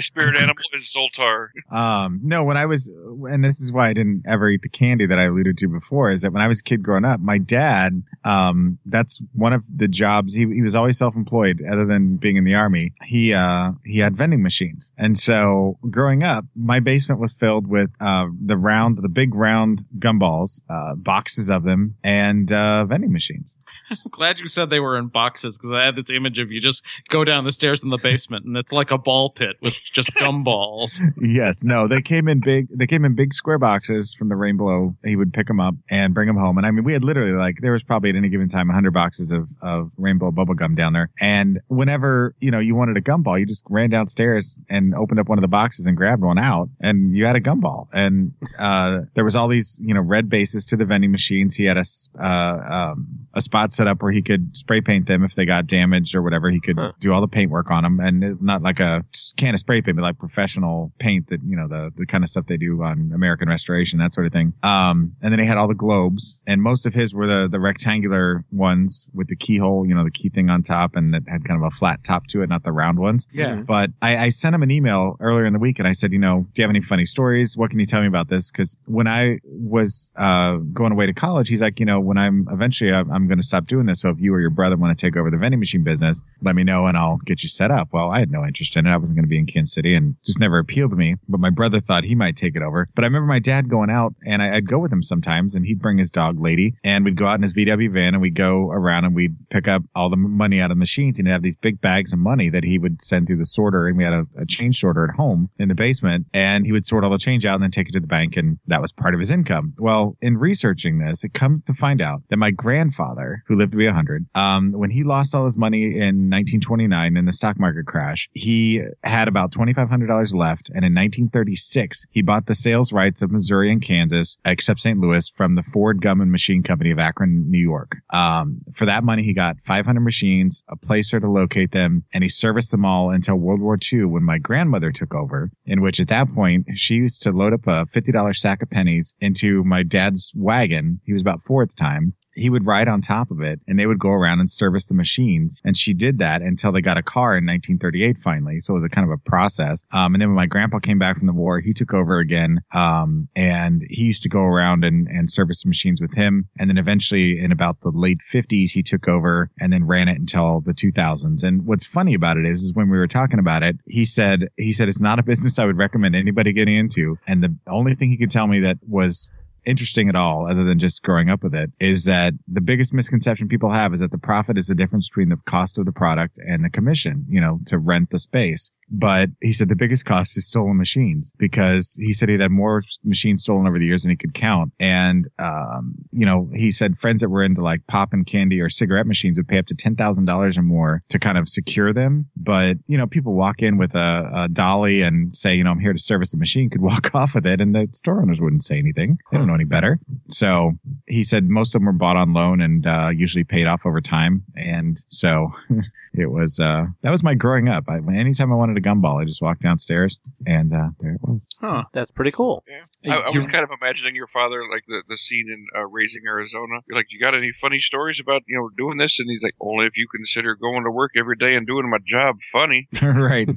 *laughs* spirit animal is Zoltar. Um, no, when I was, and this is why I didn't ever eat the candy that I alluded to before, is that when I was a kid growing up, my dad, um, that's one of the jobs. He, he was always self-employed other than being in the army. He, uh, he had vending machines. And so growing up, my basement was filled with, uh, the round, the big round gumballs, uh, boxes of them and, uh, vending machines. *laughs* Glad you said they were in boxes because I had this image of you just go down the stairs in the basement and it's like a ball pit with just gumballs. yes no they came in big they came in big square boxes from the rainbow he would pick them up and bring them home and i mean we had literally like there was probably at any given time 100 boxes of, of rainbow bubblegum down there and whenever you know you wanted a gumball you just ran downstairs and opened up one of the boxes and grabbed one out and you had a gumball and uh, there was all these you know red bases to the vending machines he had a s- uh, um, a spot set up where he could spray paint them if they got damaged or whatever he could Huh. do all the paint work on them and it- not like a s- can of spray paint but like professional paint that you know the the kind of stuff they do on American restoration that sort of thing um and then he had all the globes and most of his were the the rectangular ones with the keyhole you know the key thing on top and that had kind of a flat top to it not the round ones Yeah. but I, I sent him an email earlier in the week and I said, you know, do you have any funny stories? What can you tell me about this? Because when I was uh, going away to college, he's like, you know, when I'm eventually, I'm, I'm going to stop doing this. So if you or your brother want to take over the vending machine business, let me know and I'll get you set up. Well, I had no interest in it. I wasn't going to be in Kansas City and just never appealed to me. But my brother thought he might take it over. But I remember my dad going out and I, I'd go with him sometimes and he'd bring his dog lady and we'd go out in his VW van and we'd go around and we'd pick up all the money out of the machines and he'd have these big bags of money that he would send through the sorter. And we had a, a change sorter at home in the basement and he would sort all the change out and then take it to the bank. And that was part of his income. Well, in researching this, it comes to find out that my grandfather, who lived to be 100, um, when he lost all his money in 1929 in the stock market crash, he had about $2,500 left. And in 1936, he bought the sales rights of Missouri and Kansas, except St. Louis, from the Ford Gum and Machine Company of Akron, New York. Um, for that money, he got 500 machines, a placer to locate them, and he serviced them all until World War II when my grandmother took over, in which at that point, she used to load up a $50 sack of pennies into my dad's wagon. He was about four at the time he would ride on top of it and they would go around and service the machines. And she did that until they got a car in 1938 finally. So it was a kind of a process. Um, and then when my grandpa came back from the war, he took over again. Um, and he used to go around and, and service the machines with him. And then eventually in about the late 50s, he took over and then ran it until the 2000s. And what's funny about it is, is when we were talking about it, he said, he said, it's not a business I would recommend anybody getting into. And the only thing he could tell me that was interesting at all, other than just growing up with it, is that the biggest misconception people have is that the profit is the difference between the cost of the product and the commission, you know, to rent the space. But he said the biggest cost is stolen machines because he said he'd had more machines stolen over the years than he could count. And, um, you know, he said friends that were into like pop and candy or cigarette machines would pay up to $10,000 or more to kind of secure them. But, you know, people walk in with a, a dolly and say, you know, I'm here to service the machine could walk *laughs* off with it and the store owners wouldn't say anything. They don't know any better. So he said most of them were bought on loan and, uh, usually paid off over time. And so *laughs* it was, uh, that was my growing up. I, anytime I wanted a gumball, I just walked downstairs and, uh, there it was. Huh. That's pretty cool. I, I was kind of imagining your father, like the, the scene in uh, Raising Arizona. You're like, you got any funny stories about, you know, doing this? And he's like, only if you consider going to work every day and doing my job funny. right.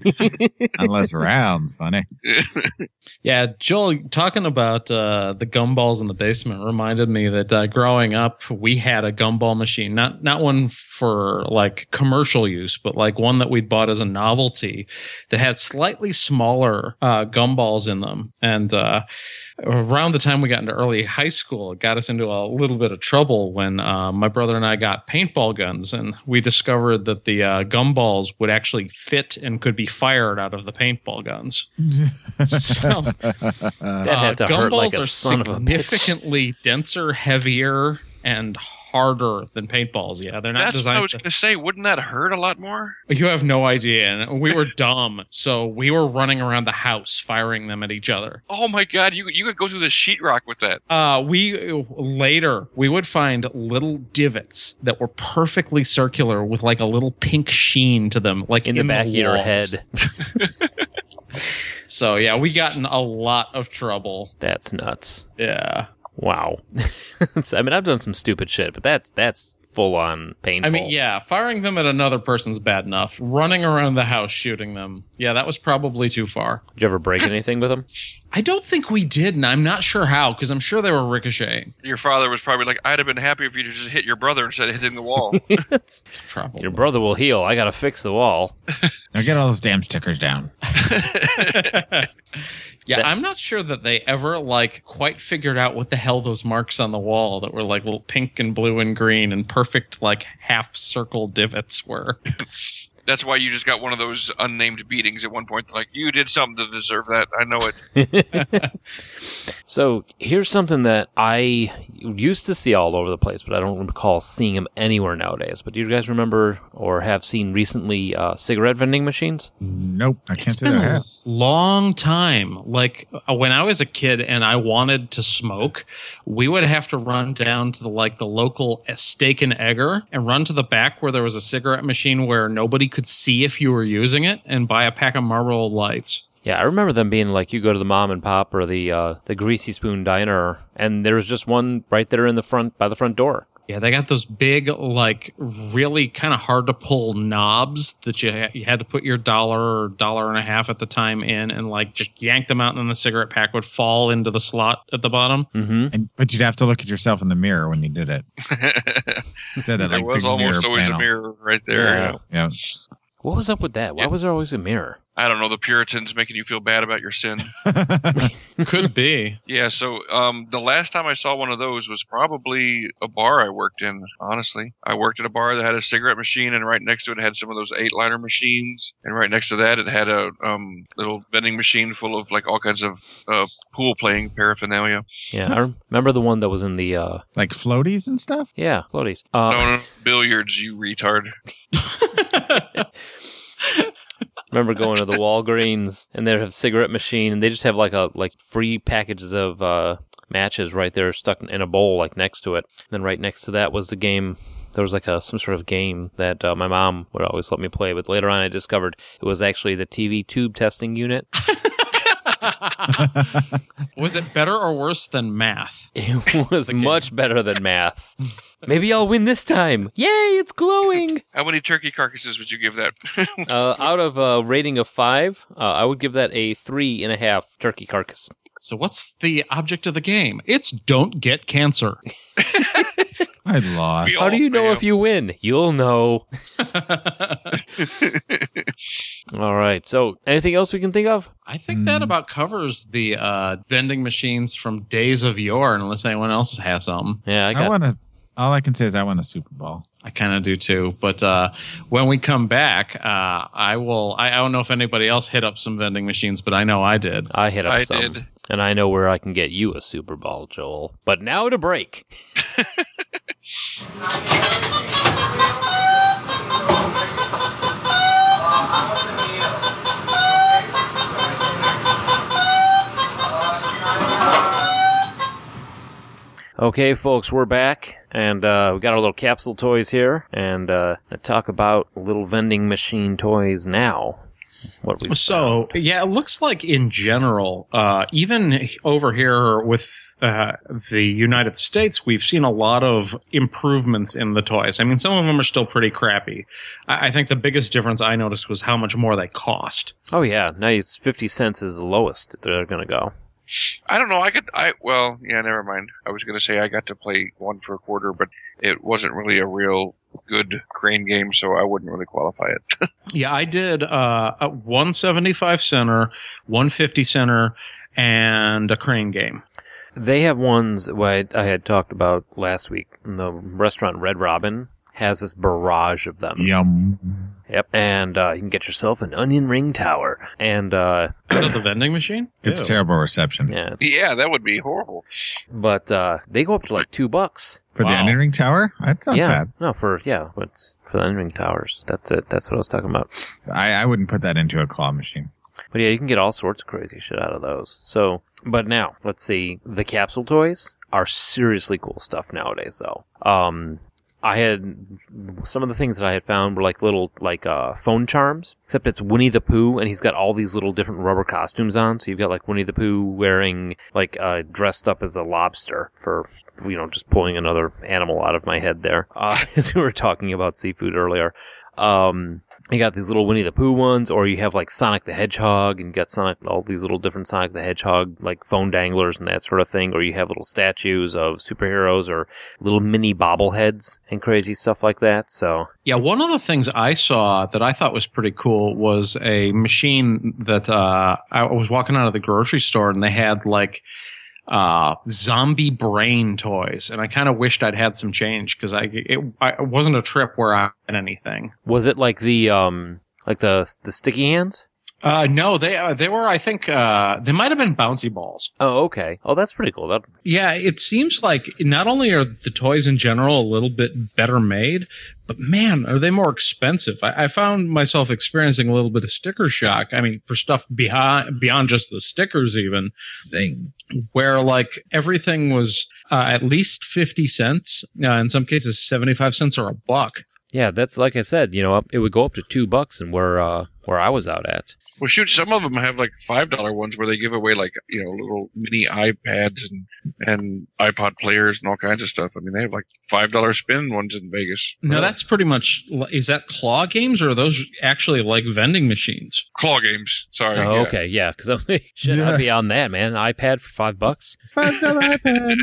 Unless rounds funny. Yeah, Joel, talking about uh, the gumballs in the basement reminded me that uh, growing up, we had a gumball machine. Not not one for like commercial use, but like one that we'd bought as a novelty that had slightly smaller uh, gumballs in them. And uh, around the time we got into early high school, it got us into a little bit of trouble when uh, my brother and I got paintball guns, and we discovered that the uh, gumballs would actually fit and could be fired out of the paintball guns. So- That had to uh, hurt like gumballs a are son of a bitch. significantly denser, heavier, and harder than paintballs. Yeah, they're not That's what I designed. was going to say. Wouldn't that hurt a lot more? to- you have no idea. And we were dumb, so we were running around the house firing them at each other. Oh my God, you you could go through the sheetrock with that. Uh, we later we would find little divots that were perfectly circular with like a little pink sheen to them, like in the back of your walls. head. So yeah, we got in a lot of trouble. That's nuts. Yeah. Wow. *laughs* I mean, I've done some stupid shit, but that's that's full on painful. I mean, yeah, firing them at another person's bad enough. Running around the house shooting them. Yeah, that was probably too far. Did you ever break anything with them? I don't think we did, and I'm not sure how, because I'm sure they were ricocheting. Your father was probably like, I'd have been happy if you just hit your brother instead of hitting the *laughs* wall. Probably. *laughs* Your brother will heal. I gotta fix the wall. Now get all those damn stickers down. yeah, That- I'm not sure that they ever like quite figured out what the hell those marks on the wall that were like little pink and blue and green and perfect like half circle divots were. That's why you just got one of those unnamed beatings at one point. Like, you did something to deserve that. I know it. So here's something that I used to see all over the place, but I don't recall seeing them anywhere nowadays. But do you guys remember or have seen recently uh, cigarette vending machines? Nope. I can't It's say been that. I a have. long time. Like uh, when I was a kid and I wanted to smoke, we would have to run down to the like the local uh, steak and egger and run to the back where there was a cigarette machine where nobody could see if you were using it and buy a pack of Marlboro Lights. Yeah, I remember them being like you go to the mom and pop or the uh, the greasy spoon diner, and there was just one right there in the front by the front door. Yeah, they got those big, like really kind of hard to pull knobs that you ha- you had to put your dollar or dollar and a half at the time in and like just yank them out and then the cigarette pack would fall into the slot at the bottom. Mm-hmm. And, but you'd have to look at yourself in the mirror when you did it. It said *laughs* that, there like, was big almost always panel. a mirror right there. Yeah. you know. Yeah. What was up with that? Why Yeah. was there always a mirror? I don't know. The Puritans making you feel bad about your sin. Could *laughs* be. Yeah, so um, the last time I saw one of those was probably a bar I worked in, honestly. I worked at a bar that had a cigarette machine, and right next to it had some of those eight liner machines. And right next to that, it had a um, little vending machine full of like all kinds of uh, pool playing paraphernalia. Yeah, I remember the one that was in the uh, *laughs* like floaties and stuff. yeah floaties. Uh, No, no, no, billiards, you retard. Remember going to the Walgreens and they have a cigarette machine and they just have like a like free packages of uh, matches right there stuck in a bowl like next to it. And then right next to that was the game. There was like a some sort of game that uh, my mom would always let me play, but later on I discovered it was actually the TV tube testing unit. Was it better or worse than math? *laughs* It was much better than math. Maybe I'll win this time. Yay, *laughs* it's glowing. How many turkey carcasses would you give that? *laughs* Uh, out of a rating of five, uh, I would give that a three and a half turkey carcass. So what's the object of the game? It's don't get cancer. I lost. We How do you Oh, know man. if you win? You'll know. All right. So, anything else we can think of? I think that about covers the uh, vending machines from days of yore, unless anyone else has some. Yeah, I I got. want to. All I can say is I want a Super Bowl. I kind of do too. But uh, when we come back, uh, I will. I, I don't know if anybody else hit up some vending machines, but I know I did. I hit up I some, did. and I know where I can get you a Super Bowl, Joel. But now to break. Okay, folks, we're back, and uh, we got our little capsule toys here, and uh, let's talk about little vending machine toys now. What we So yeah, it looks like in general, uh, even over here with uh, the United States, we've seen a lot of improvements in the toys. I mean, some of them are still pretty crappy. I, I think the biggest difference I noticed was how much more they cost. Oh yeah, now it's fifty cents is the lowest that they're gonna go. I don't know. I could. I well, yeah. Never mind. I was gonna say I got to play one for a quarter, but it wasn't really a real good crane game, so I wouldn't really qualify it. Yeah, I did uh, a 175 center, 150 center, and a crane game. They have ones what I had talked about last week. And The restaurant Red Robin has this barrage of them. Yum. Yep. And uh, you can get yourself an onion ring tower. And uh, Out of the vending machine? It's Ew. terrible reception. yeah, yeah, that would be horrible. but uh, they go up to like two bucks. For the Wow. onion ring tower? That's not yeah. bad. No, for yeah, what's for the onion ring towers. That's it. That's what I was talking about. I, I wouldn't put that into a claw machine. But yeah, you can get all sorts of crazy shit out of those. So, but now, let's see. The capsule toys are seriously cool stuff nowadays, though. Um, I had some of the things that I had found were like little like uh, phone charms, except it's Winnie the Pooh, and he's got all these little different rubber costumes on. So you've got like Winnie the Pooh wearing like uh, dressed up as a lobster for you know just pulling another animal out of my head there. Uh, *laughs* as we were talking about seafood earlier, um, you got these little Winnie the Pooh ones, or you have like Sonic the Hedgehog, and you got Sonic, all these little different Sonic the Hedgehog, like phone danglers and that sort of thing, or you have little statues of superheroes or little mini bobbleheads and crazy stuff like that. So, Yeah, one of the things I saw that I thought was pretty cool was a machine that uh, I was walking out of the grocery store and they had like uh, zombie brain toys. And I kind of wished I'd had some change because I, it, I, it wasn't a trip where I had anything. was it like the, um, like the, the sticky hands? Uh, no, they, uh, they were, I think, uh, they might have been bouncy balls. Oh, okay. Oh, that's pretty cool. That, Yeah, it seems like not only are the toys in general a little bit better made, but man, are they more expensive? I, I found myself experiencing a little bit of sticker shock. I mean, for stuff behind beyond just the stickers, even thing where like everything was uh, at least fifty cents, uh, in some cases seventy five cents or a buck. yeah, that's like I said, you know, up, it would go up to two bucks and where, uh, where I was out at. Well, shoot, some of them have like five dollar ones where they give away like you know little mini iPads and and iPod players and all kinds of stuff. I mean, they have like five dollar spin ones in Vegas. Uh, No, that's pretty much. Is that claw games or are those actually like vending machines? Claw games. Sorry. Oh, yeah. okay. Yeah. Cause I'm *laughs* like, shit, Yeah. I'd be on that, man. An iPad for five bucks. Five *laughs* dollar iPad.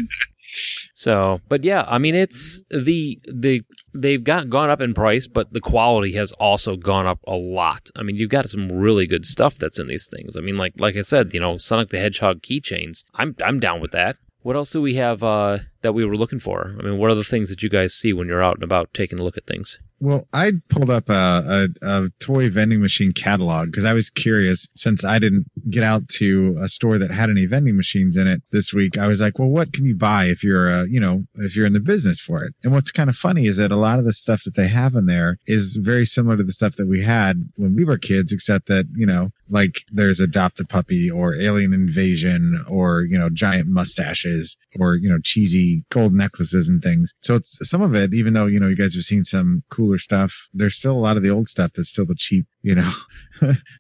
So, but yeah, I mean, it's the the they've got gone up in price, but the quality has also gone up a lot. I mean, you've got some really good stuff that's in these things. I mean, like like I said, you know, Sonic the Hedgehog keychains. I'm I'm down with that. What else do we have uh, that we were looking for? I mean, what are the things that you guys see when you're out and about taking a look at things? Well, I pulled up a, a, a toy vending machine catalog because I was curious since I didn't get out to a store that had any vending machines in it this week. I was like, well, what can you buy if you're, uh, you know, if you're in the business for it? And what's kind of funny is that a lot of the stuff that they have in there is very similar to the stuff that we had when we were kids, except that, you know, like there's adopt a puppy or alien invasion or, you know, giant mustaches or, you know, cheesy gold necklaces and things. So it's some of it, even though, you know, you guys have seen some cool cooler stuff. There's still a lot of the old stuff that's still the cheap, you know,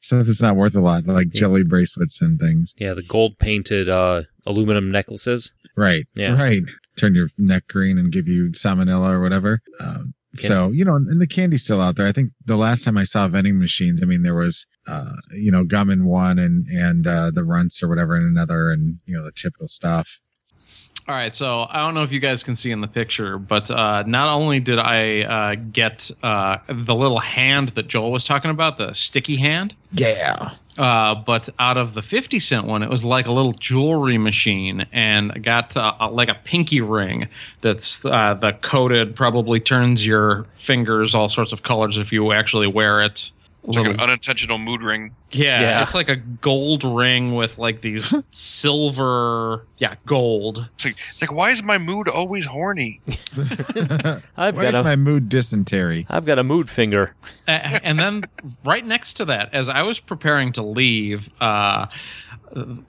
stuff that's not worth a lot, like Yeah. jelly bracelets and things. Yeah, the gold painted uh, aluminum necklaces. Right. Yeah. Right. Turn your neck green and give you salmonella or whatever. Um, so you know, and the candy's still out there. I think the last time I saw vending machines, I mean, there was, uh, you know, gum in one and and uh, the runts or whatever in another, and you know, the typical stuff. All right, so I don't know if you guys can see in the picture, but uh, not only did I uh, get uh, the little hand that Joel was talking about, the sticky hand, Yeah. uh, but out of the 50 cent one, it was like a little jewelry machine, and I got uh, uh, like a pinky ring that's uh, the coated, probably turns your fingers all sorts of colors if you actually wear it. It's like an unintentional mood ring. Yeah, Yeah. it's like a gold ring with like these silver, yeah, gold. It's like, it's like, why is my mood always horny? I've Why got is a my mood dysentery? have got a mood finger. A- *laughs* and then right next to that, as I was preparing to leave, uh,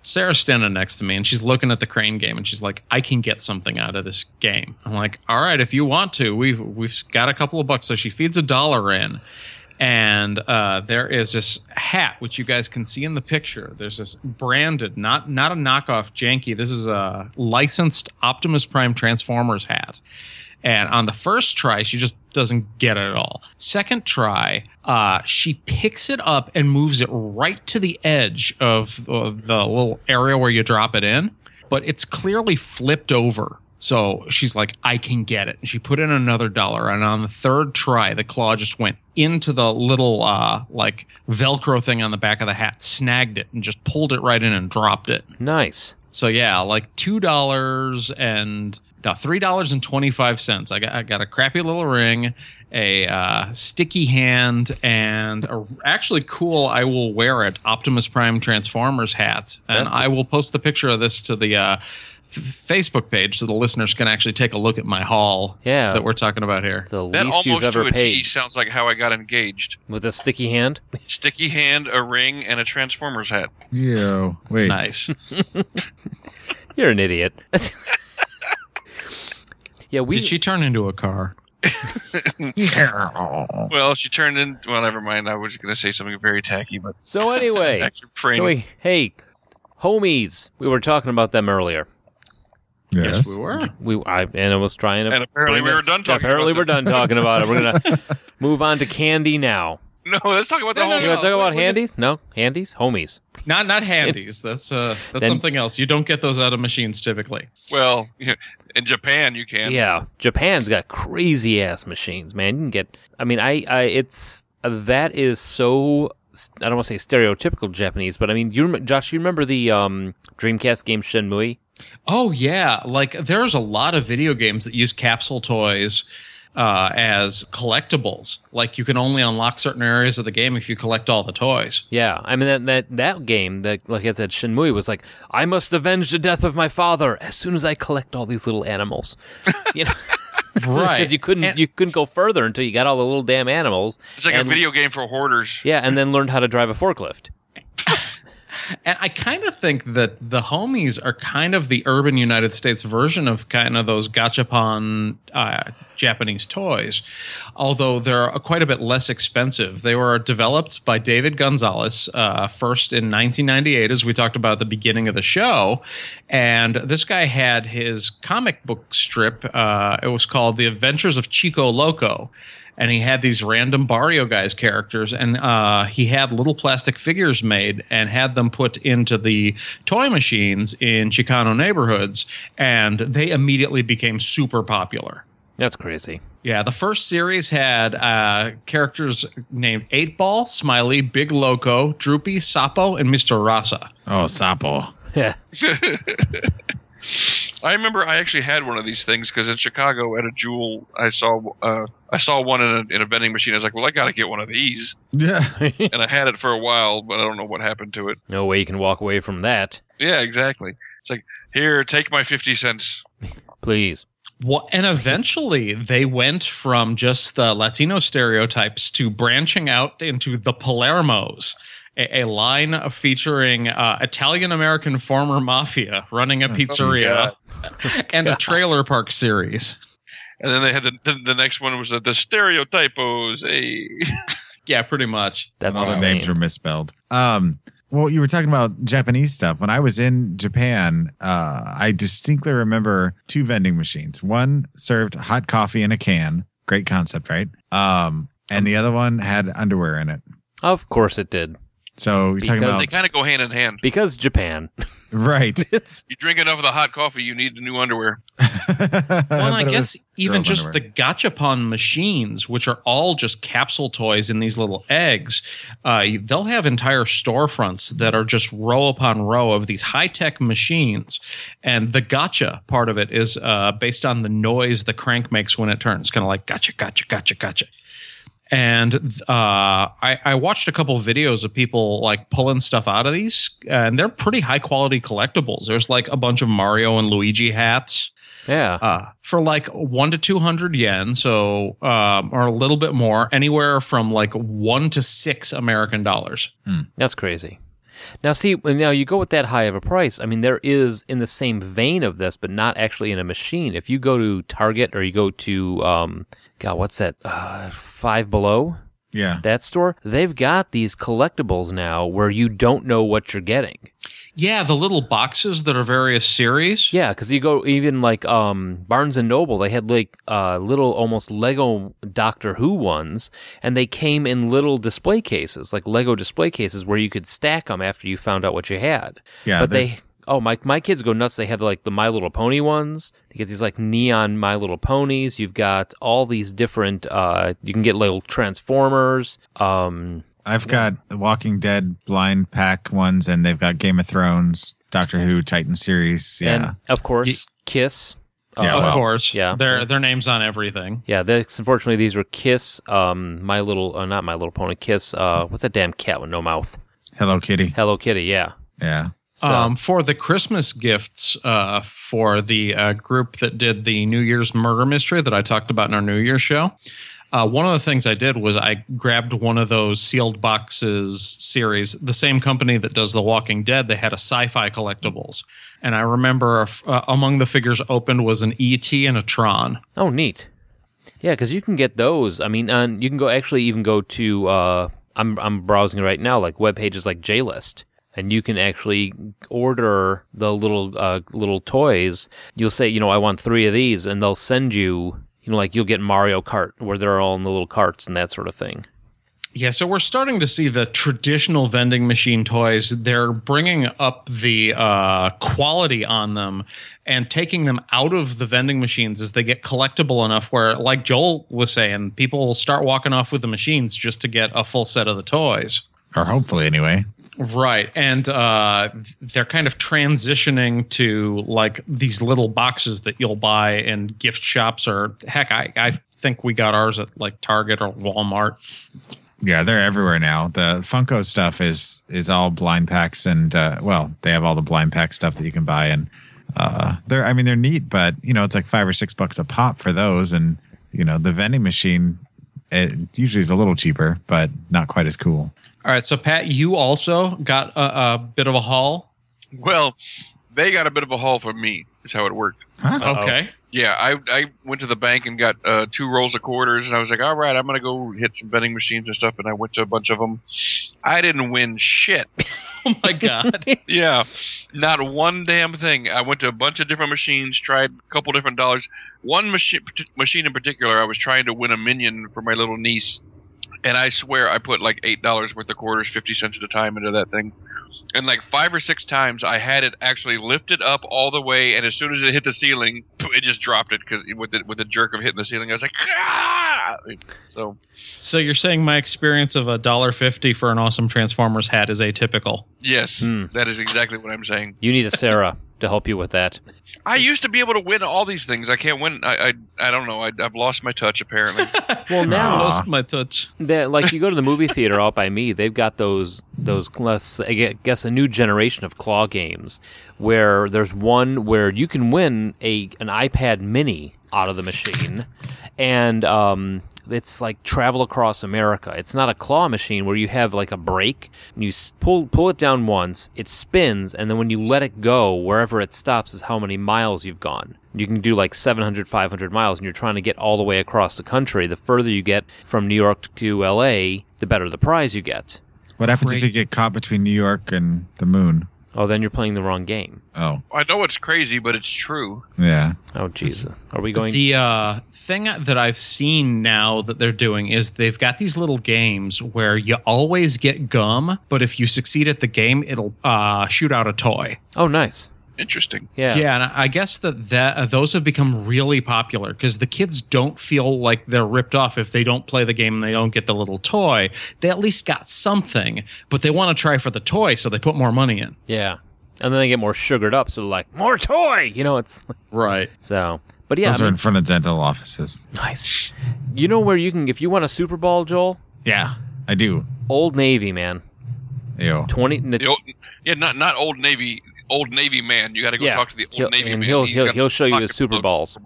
Sarah's standing next to me and she's looking at the crane game and she's like, "I can get something out of this game." I'm like, "All right, if you want to, we've we've got a couple of bucks." So she feeds a dollar in, and uh, there is this hat which you guys can see in the picture. There's this branded, not not a knockoff janky. This is a licensed Optimus Prime Transformers hat. And on the first try, she just doesn't get it at all. Second try, uh, she picks it up and moves it right to the edge of uh, the little area where you drop it in, but it's clearly flipped over. So she's like, I can get it. And she put in another dollar. And on the third try, the claw just went into the little, uh, like, Velcro thing on the back of the hat, snagged it, and just pulled it right in and dropped it. Nice. So yeah, like two dollars and no three dollars and twenty five cents. I got I got a crappy little ring, a uh, sticky hand, and a actually cool. I will wear it. Optimus Prime Transformers hat, and That's- I will post the picture of this to the. Uh, f- Facebook page so the listeners can actually take a look at my haul Yeah. that we're talking about here. The That least you've almost to ever a T paid sounds like how I got engaged. with a sticky hand. Sticky hand, a ring, and a Transformers hat. Ew. Wait. Nice. You're an idiot. *laughs* yeah, *laughs* we Did she turn into a car? Well, she turned in. Well, never mind. I was going to say something very tacky, but *laughs* So anyway, that's your brain. Joey, hey, homies, we were talking about them earlier. Yes. we were. We I and I was trying to And apparently bring we were us- done talking Apparently about we're this. done talking about it. We're *laughs* gonna move on to candy now. No, let's talk about the No, no, whole. You want to talk we're- about we're- handies? No, handies, homies. Not not handies. That's uh that's Then- something else. You don't get those out of machines typically. Well, yeah, in Japan, you can. Yeah, Japan's got crazy ass machines, man. You can get. I mean, I, I it's that is so. I don't want to say stereotypical Japanese, but I mean, you rem- Josh, you remember the um, Dreamcast game Shenmue? Oh yeah, like there's a lot of video games that use capsule toys uh, as collectibles. Like you can only unlock certain areas of the game if you collect all the toys. Yeah, I mean that that that game that like I said, Shenmue was like, I must avenge the death of my father as soon as I collect all these *laughs* little animals. You know, *laughs* because you couldn't And- you couldn't go further until you got all the little damn animals. It's like And- a video game for hoarders. Yeah, and then learned how to drive a forklift. And I kind of think that the homies are kind of the urban United States version of kind of those gachapon uh, Japanese toys, although they're quite a bit less expensive. They were developed by David Gonzalez uh, first in 1998, as we talked about at the beginning of the show. And this guy had his comic book strip. Uh, it was called The Adventures of Chico Loco and he had these random Barrio guys characters, and uh, he had little plastic figures made and had them put into the toy machines in Chicano neighborhoods, and they immediately became super popular. That's crazy. *laughs* Yeah, the first series had uh, characters named Eight Ball, Smiley, Big Loco, Droopy, Sapo, and Mister Rasa. Oh, Sapo. Yeah, I remember I actually had one of these things because in Chicago at a Jewel, I saw uh, I saw one in a, in a vending machine. I was like, well, I got to get one of these, *laughs* Yeah. and I had it for a while, but I don't know what happened to it. no way you can walk away from that. Yeah, exactly. It's like here, take my fifty cents. Please. Well, and eventually they went from just the Latino stereotypes to branching out into the Palermos, a, a line of featuring uh, Italian American *laughs* former mafia running a pizzeria and a trailer park series. And then they had the, the, the next one was the, the stereotypos. Hey. *laughs* Yeah, pretty much. That's all the insane. names are misspelled. Um, well, you were talking about Japanese stuff. When I was in Japan, uh, I distinctly remember two vending machines. One served hot coffee in a can. Great concept, right? Um, and the other one had underwear in it. Of course it did. So you're talking Because about They kind of go hand in hand. Because Japan. *laughs* *laughs* right? it's You drink enough of the hot coffee, you need the new underwear. *laughs* *laughs* Well, and But I it was- guess even girls' just underwear. the gachapon machines, which are all just capsule toys in these little eggs, uh, they'll have entire storefronts that are just row upon row of these high tech machines. And the gotcha part of it is uh, based on the noise the crank makes when it turns, kind of like gotcha, gotcha, gotcha, gotcha. And uh, I, I watched a couple videos of people like pulling stuff out of these, and they're pretty high quality collectibles. There's like a bunch of Mario and Luigi hats yeah. uh, for like one to two hundred yen, so um, or a little bit more, anywhere from like one to six American dollars. That's crazy. Now, see, now you go with that high of a price. I mean, there is in the same vein of this, but not actually in a machine. If you go to Target or you go to, um, God, what's that? Uh, Five Below, yeah. that store, they've got these collectibles now where you don't know what you're getting. Yeah, the little boxes that are various series. Yeah, because you go even like um, Barnes and Noble, they had like uh, little almost Lego Doctor Who ones, and they came in little display cases, like Lego display cases, where you could stack them after you found out what you had. Yeah, but they there's- oh my my kids go nuts. They have like the My Little Pony ones. You get these like neon My Little Ponies. You've got all these different. Uh, you can get little Transformers. Um, I've got Walking Dead blind pack ones, and they've got Game of Thrones, Doctor Who, Titan series. Yeah. and of course Kiss. Yeah, Uh, of well, course. yeah. their their names on everything. Yeah, that's unfortunately these were Kiss, um, My Little, uh, not My Little Pony, Kiss. Uh, what's that damn cat with no mouth? Hello Kitty. Hello Kitty. Yeah, Yeah. So- Um, for the Christmas gifts uh, for the uh, group that did the New Year's murder mystery that I talked about in our New Year's show, uh, one of the things I did was I grabbed one of those sealed boxes series. The same company that does The Walking Dead, they had a sci-fi collectibles, and I remember uh, among the figures opened was an ET and a Tron. Oh, neat. Yeah, because you can get those. I mean, on, you can go actually even go to. Uh, I'm I'm browsing right now, like web pages like JList, and you can actually order the little uh, little toys. You'll say, you know, I want three of these, and they'll send you. You know, like you'll get Mario Kart, where they're all in the little carts and that sort of thing. Yeah, so we're starting to see the traditional vending machine toys. They're bringing up the uh, quality on them and taking them out of the vending machines as they get collectible enough where, like Joel was saying, people will start walking off with the machines just to get a full set of the toys. Or hopefully, anyway. Right. And uh, they're kind of transitioning to like these little boxes that you'll buy in gift shops or heck, I, I think we got ours at like Target or Walmart. Yeah, they're everywhere now. The Funko stuff is is all blind packs, and uh, well, they have all the blind pack stuff that you can buy, and uh, they're I mean they're neat, but you know it's like five or six bucks a pop for those, and you know the vending machine it usually is a little cheaper, but not quite as cool. All right, so Pat, you also got a, a bit of a haul. Well, they got a bit of a haul from me. Is how it worked. Okay. Yeah, I, I went to the bank and got uh, two rolls of quarters, and I was like, all right, I'm gonna go hit some vending machines and stuff. And I went to a bunch of them. I didn't win shit. Oh my God. yeah, not one damn thing. I went to a bunch of different machines, tried a couple different dollars. One machine, machine in particular, I was trying to win a minion for my little niece, and I swear I put like eight dollars worth of quarters, fifty cents at a time into that thing, and like five or six times I had it actually lifted up all the way, and as soon as it hit the ceiling, *laughs* it just dropped it because with the, with the jerk of hitting the ceiling, I was like, ah! So so you're saying my experience of a dollar fifty for an awesome Transformers hat is atypical? yes, Hmm. that is exactly what I'm saying. You need a Sarah to help you with that. I used to be able to win all these things. I can't win. I I, I don't know. I, I've lost my touch *laughs* apparently. Well, now I lost my touch. They're, like you go to the movie theater out by me, they've got those those less, I gue- guess a new generation of claw games where there's one where you can win a an iPad Mini out of the machine, and um, it's like travel across America. It's not a claw machine where you have like a brake and you s- pull pull it down once, it spins, and then when you let it go, wherever it stops is how many miles you've gone. You can do like 700, 500 miles, and you're trying to get all the way across the country. The further you get from New York to LA, the better the prize you get. What happens if you get caught between New York and the moon? Oh, then you're playing the wrong game. Oh, I know it's crazy, but it's true. yeah. Oh, Jesus. Are we going? The uh, thing that I've seen now that they're doing is they've got these little games where you always get gum, but if you succeed at the game, it'll uh, shoot out a toy. Oh, nice. Interesting. Yeah. Yeah, and I guess that, that uh, those have become really popular because the kids don't feel like they're ripped off if they don't play the game and they don't get the little toy. They at least got something, but they want to try for the toy, so they put more money in. Yeah. And then they get more sugared up, so they're like, more toy! You know, it's Right. so. But yeah, Those I are mean, in front of dental offices. nice. You know where you can, if you want a Super Bowl, Joel? Yeah, I do. Old Navy, man. *laughs* Ew. 20. The old, yeah, not not old navy, old navy man. You got to go Yeah. talk to the old He'll- navy and man. he'll- He's he'll- got he'll show you his pocketbook. Super Bowls.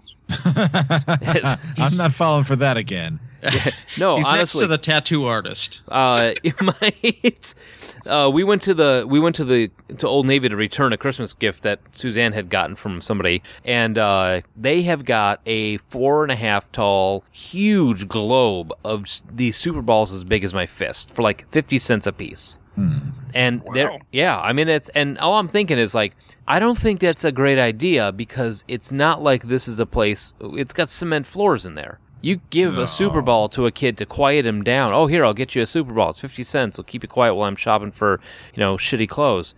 It's- I'm not falling for that again. no, He's Oh, honestly. next to the tattoo artist. uh, *laughs* it might. Uh, we went to the we went to the to Old Navy to return a Christmas gift that Suzanne had gotten from somebody, and uh, they have got a four and a half tall, huge globe of s- these Super Balls as big as my fist for like fifty cents a piece. And they're yeah, I mean it's and all I'm thinking is like I don't think that's a great idea because it's not like this is a place it's got cement floors in there. You give a Super Bowl to a kid to quiet him down. Oh, here I'll get you a Super Bowl. It's fifty cents. I'll keep you quiet while I'm shopping for you know shitty clothes.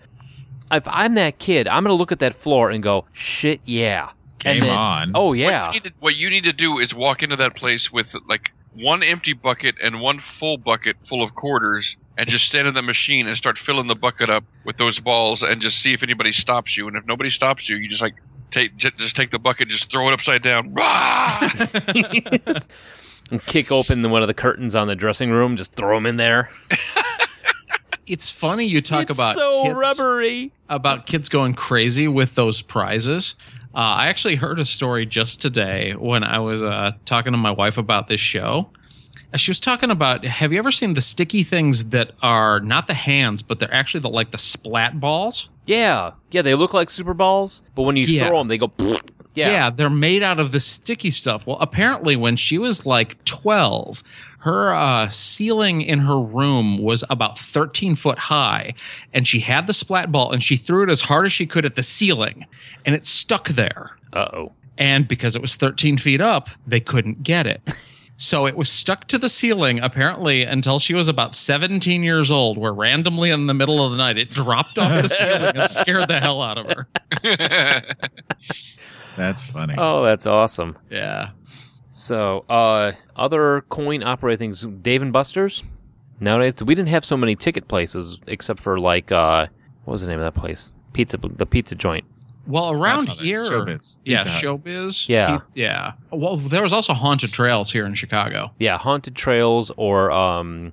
If I'm that kid, I'm gonna look at that floor and go shit yeah. Game and then, on. Oh What yeah. you, need to, what you need to do is walk into that place with like one empty bucket and one full bucket full of quarters, and just stand in the machine and start filling the bucket up with those balls, and just see if anybody stops you. And if nobody stops you, you just like take ju- just take the bucket, just throw it upside down. *laughs* Rah! *laughs* And kick open the, one of the curtains on the dressing room. Just throw them in there. It's funny you talk It's about so kids- rubbery. about kids going crazy with those prizes. Uh, I actually heard a story just today when I was uh, talking to my wife about this show. Uh, She was talking about have you ever seen the sticky things that are not the hands, but they're actually the like the splat balls? Yeah, yeah, they look like super balls, but when you throw 'em, Yeah. throw them, they go. Yeah. they're made out of the sticky stuff. Well, apparently, when she was like 12, her uh, ceiling in her room was about 13 foot high, and she had the splat ball and she threw it as hard as she could at the ceiling, and it stuck there. Uh oh. And because it was 13 feet up, they couldn't get it. So it was stuck to the ceiling apparently until she was about 17 years old, where randomly in the middle of the night it dropped off the ceiling and scared the hell out of her. That's funny. Oh, that's awesome. Yeah. So, uh, other coin operating Dave and Buster's. Nowadays, we didn't have so many ticket places except for like uh, what was the name of that place? Pizza, the pizza joint. Well, around Godfather, here, Showbiz, yeah, Pizza Hut. showbiz, Yeah. Pe- yeah. Well, there was also haunted trails here in Chicago. Yeah, Haunted Trails or um,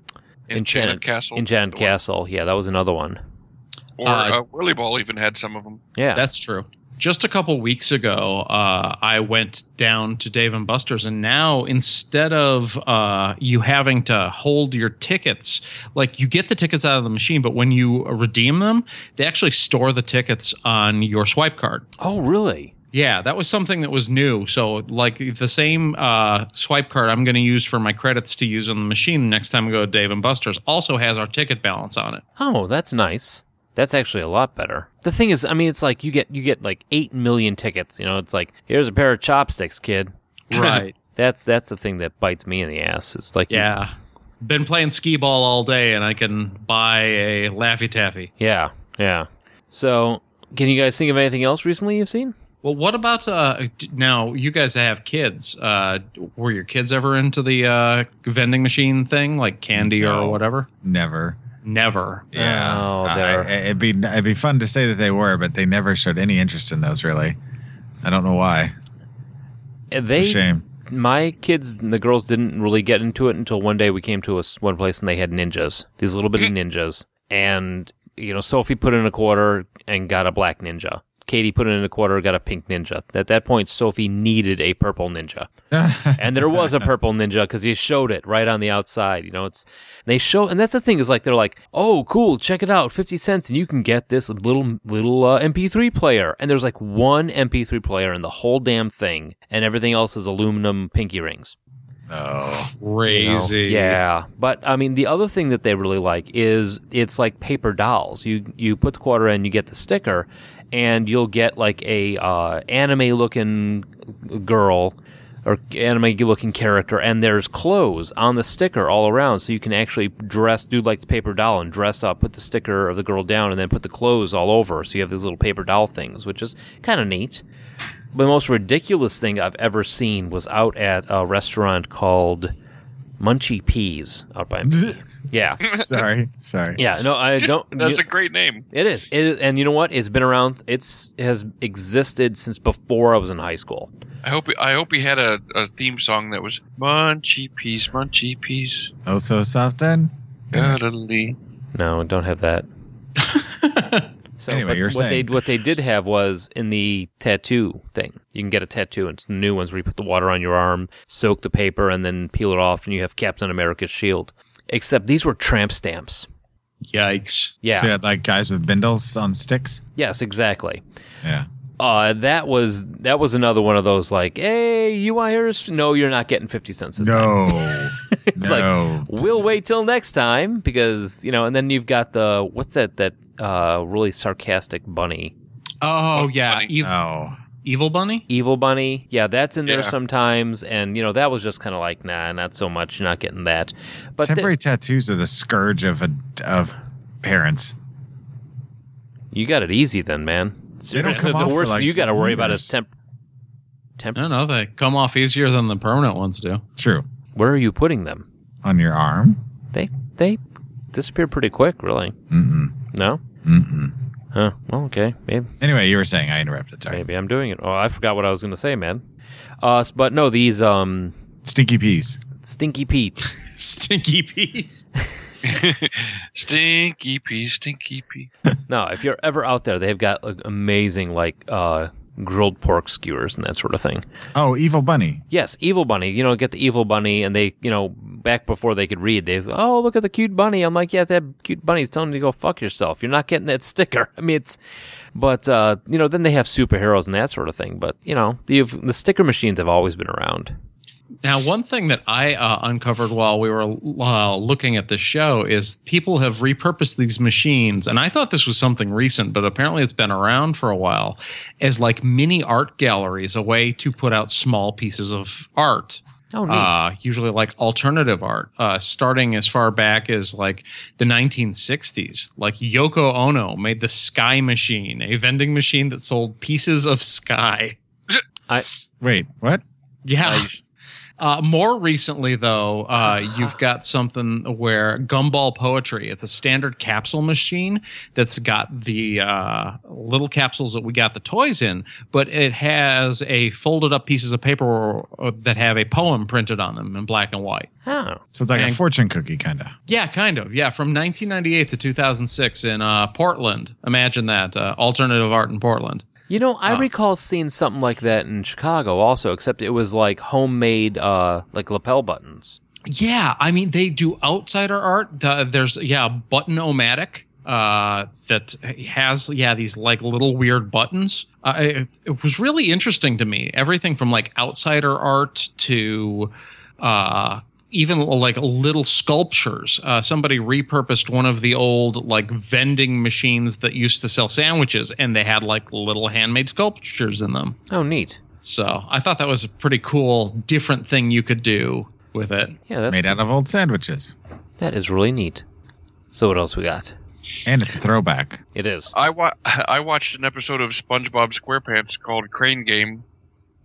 Enchanted Castle. Enchanted Or- Castle. Yeah, that was another one. Or Uh, uh, Whirly Ball even had some of them. Yeah. That's true. Just a couple weeks ago, uh, I went down to Dave and Buster's, and now instead of uh, you having to hold your tickets, like you get the tickets out of the machine, but when you redeem them, they actually store the tickets on your swipe card. oh, really? Yeah, that was something that was new. So, like the same uh, swipe card I'm going to use for my credits to use on the machine the next time I go to Dave and Buster's also has our ticket balance on it. Oh, that's nice. That's actually a lot better. The thing is, I mean, it's like you get you get like eight million tickets. You know, it's like here's a pair of chopsticks, kid. Right. That's that's the thing that bites me in the ass. It's like you- yeah. Been playing skee ball all day, and I can buy a Laffy Taffy. yeah, yeah. So, can you guys think of anything else recently you've seen? Well, what about uh, d- now? You guys have kids. Uh, were your kids ever into the uh, vending machine thing, like candy No. or whatever? Never. Never. Yeah. Oh, I- they're- I- it'd be it'd be fun to say that they were, but they never showed any interest in those. Really, I don't know why. Uh, It's They, a *laughs* shame. my kids, and the girls didn't really get into it until one day we came to a s one place and they had ninjas, these little bitty ninjas, and you know, Sophie put in a quarter and got a black ninja. Katie put in a quarter, got a pink ninja. At that point, Sophie needed a purple ninja, and there was a purple ninja because he showed it right on the outside. You know, it's they show, and that's the thing is like they're like, oh, cool, check it out, fifty cents, and you can get this little little uh, MP3 player. And there's like one MP3 player in the whole damn thing, and everything else is aluminum pinky rings. Oh, you know? Crazy. Yeah, but I mean, the other thing that they really like is it's like paper dolls. You you put the quarter in, you get the sticker, and you'll get like a uh, anime looking girl or anime looking character, and there's clothes on the sticker all around, so you can actually dress, do like the paper doll and dress up, put the sticker of the girl down, and then put the clothes all over. So you have these little paper doll things, which is kind of neat the most ridiculous thing I've ever seen was out at a restaurant called Munchie Peas out *laughs* by me. yeah. sorry, sorry. Yeah, no, I don't. That's a great name. it is. It is, and you know what? It's been around. It's it has existed since before I was in high school. I hope I hope he had a, a theme song that was Munchy Piece, Munchy Piece, Oh, so soft then. cuddly. No, don't *laughs* have that. so, Anyway, but you're what saying. they what they did have was in the tattoo thing. You can get a tattoo, and it's new ones where you put the water on your arm, soak the paper, and then peel it off, and you have Captain America's shield. Except these were tramp stamps. Yikes. Yeah. So you had like guys with bindles on sticks. Yes, exactly. Yeah. Uh, that was that was another one of those like, hey, you Irish? No, you're not getting fifty cents. this time." No. *laughs* it's no. like we'll wait till next time because you know. And then you've got the what's that that uh, really sarcastic bunny, Oh, yeah. Bunny. Ev- oh. Evil Bunny? evil bunny. Yeah, that's in there Yeah. sometimes. And you know that was just kind of like, nah, not so much. You're not getting that. But th- Temporary tattoos are the scourge of a, of parents. you got it easy then, man. They don't come the off for, worst like, you got to worry about years. is temp. Temp. I don't know. They come off easier than the permanent ones do. *laughs* True. Where are you putting them? On your arm. They they disappear pretty quick, really. Mm-mm. No. Mm-mm. Huh. Well, okay. Maybe Anyway, you were saying I interrupted. Sorry. maybe I'm doing it. Oh, I forgot what I was going to say, man. Uh, s- but no, these um Stinky peas. stinky Pete's. Stinky peas. stinky Piece, Stinky Piece. no, if you're ever out there, they've got like, amazing like uh grilled pork skewers and that sort of thing. Oh, evil bunny. Yes, evil bunny. You know, get the evil bunny, and they you know back before they could read, they oh look at the cute bunny. I'm like, yeah, that cute bunny's telling you to go fuck yourself. You're not getting that sticker. *laughs* I mean, it's. But uh, you know, then they have superheroes and that sort of thing. But you know, the the sticker machines have always been around. Now, one thing that I uh, uncovered while we were uh, looking at the show is people have repurposed these machines, and I thought this was something recent, but apparently it's been around for a while, as like mini art galleries, a way to put out small pieces of art. Oh, neat. Uh, usually like alternative art, uh, starting as far back as like the 1960s. Like Yoko Ono made the Sky Machine, a vending machine that sold pieces of sky. Wait, what? Yeah. Nice. *laughs* Uh, more recently, though, uh, you've got something where Gumball Poetry, it's a standard capsule machine that's got the uh, little capsules that we got the toys in, but it has a folded up pieces of paper or, or that have a poem printed on them in black and white. Oh, So it's like Dang. a fortune cookie, kind of. Yeah, kind of. Yeah, from 1998 to 2006 in uh, Portland. Imagine that uh, alternative art in Portland. You know, I Uh, recall seeing something like that in Chicago also, except it was like homemade, uh, like lapel buttons. Yeah, I mean they do outsider art. Uh, there's yeah, button omatic uh, that has yeah these like little weird buttons. Uh, it, it was really interesting to me. Everything from like outsider art to uh, even like little sculptures. Uh, somebody repurposed one of the old like vending machines that used to sell sandwiches, and they had like little handmade sculptures in them. Oh, neat. So I thought that was a pretty cool, different thing you could do with it. Yeah, that's, Made out of old sandwiches. that is really neat. So what else we got? And it's a throwback. It is. I wa- *laughs* I watched an episode of SpongeBob SquarePants called Crane Game,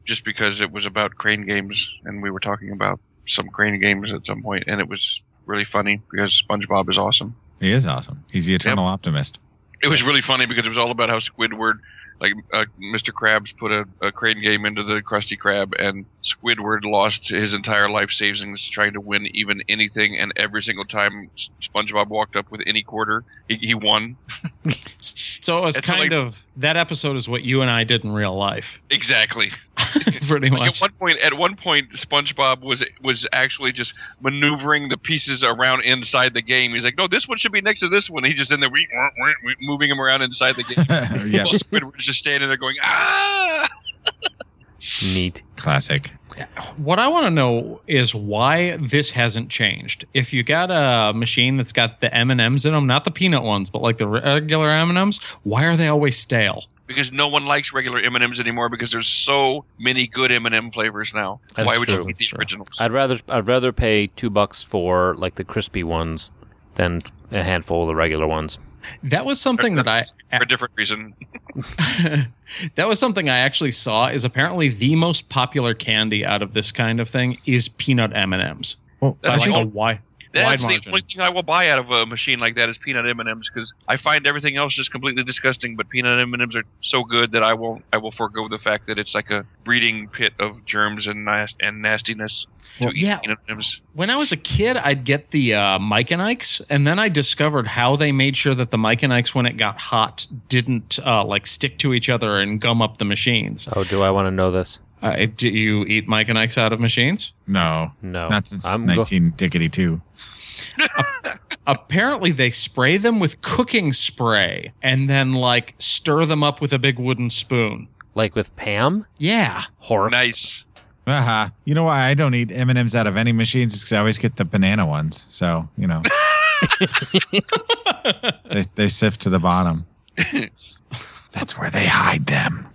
just because it was about crane games, and we were talking about some crane games at some point, and it was really funny because SpongeBob is awesome. He is awesome. He's the eternal optimist. *laughs* It was really funny because it was all about how Squidward like uh, Mr. Krabs put a, a crane game into the Krusty Krab, and Squidward lost his entire life savings trying to win even anything, and every single time S- SpongeBob walked up with any quarter, he, he won. So it was It's kind like- of that episode is what you and I did in real life, *laughs* Exactly. pretty At much. one point, at one point, SpongeBob was was actually just maneuvering the pieces around inside the game. He's like, "No, this one should be next to this one." He's just in there, we, we, we, moving him around inside the game. *laughs* yeah, While Squidward's just standing there going, "Ah!" Neat. classic. What I want to know is why this hasn't changed. If you got a machine that's got the M and M's in them, not the peanut ones, but like the regular M and M's, why are they always stale? Because no one likes regular M and M's anymore because there's so many good M and m flavors now. That's Why would true. you eat That's the true. originals? I'd rather I'd rather pay two bucks for like the crispy ones than a handful of the regular ones. That was something that *laughs* I for a different reason. *laughs* that was something I actually saw. Is apparently the most popular candy out of this kind of thing is peanut M and M's. Well, By That's like the a only- wide, wide That's the margin. only thing I will buy out of a machine like that is peanut M and M's because I find everything else just completely disgusting. But peanut M and M's are so good that I won't. I will forego the fact that it's like a breeding pit of germs and nas- and nastiness. Well, to yeah. eat peanut M&Ms. when I was a kid, I'd get the uh, Mike and Ike's, and then I discovered how they made sure that the Mike and Ike's, when it got hot, didn't uh, like stick to each other and gum up the machines. Oh, do I want to know this? Uh, it- do you eat Mike and Ike's out of machines? no, No. not since I'm go- nineteen dickety two. Apparently, they spray them with cooking spray and then like stir them up with a big wooden spoon. like with Pam? Yeah, Horror. Nice. Uh-huh. You know why I don't eat M and M's out of any machines? Because I always get the banana ones. So you *laughs* know, they, they sift to the *laughs* bottom. That's where they hide them.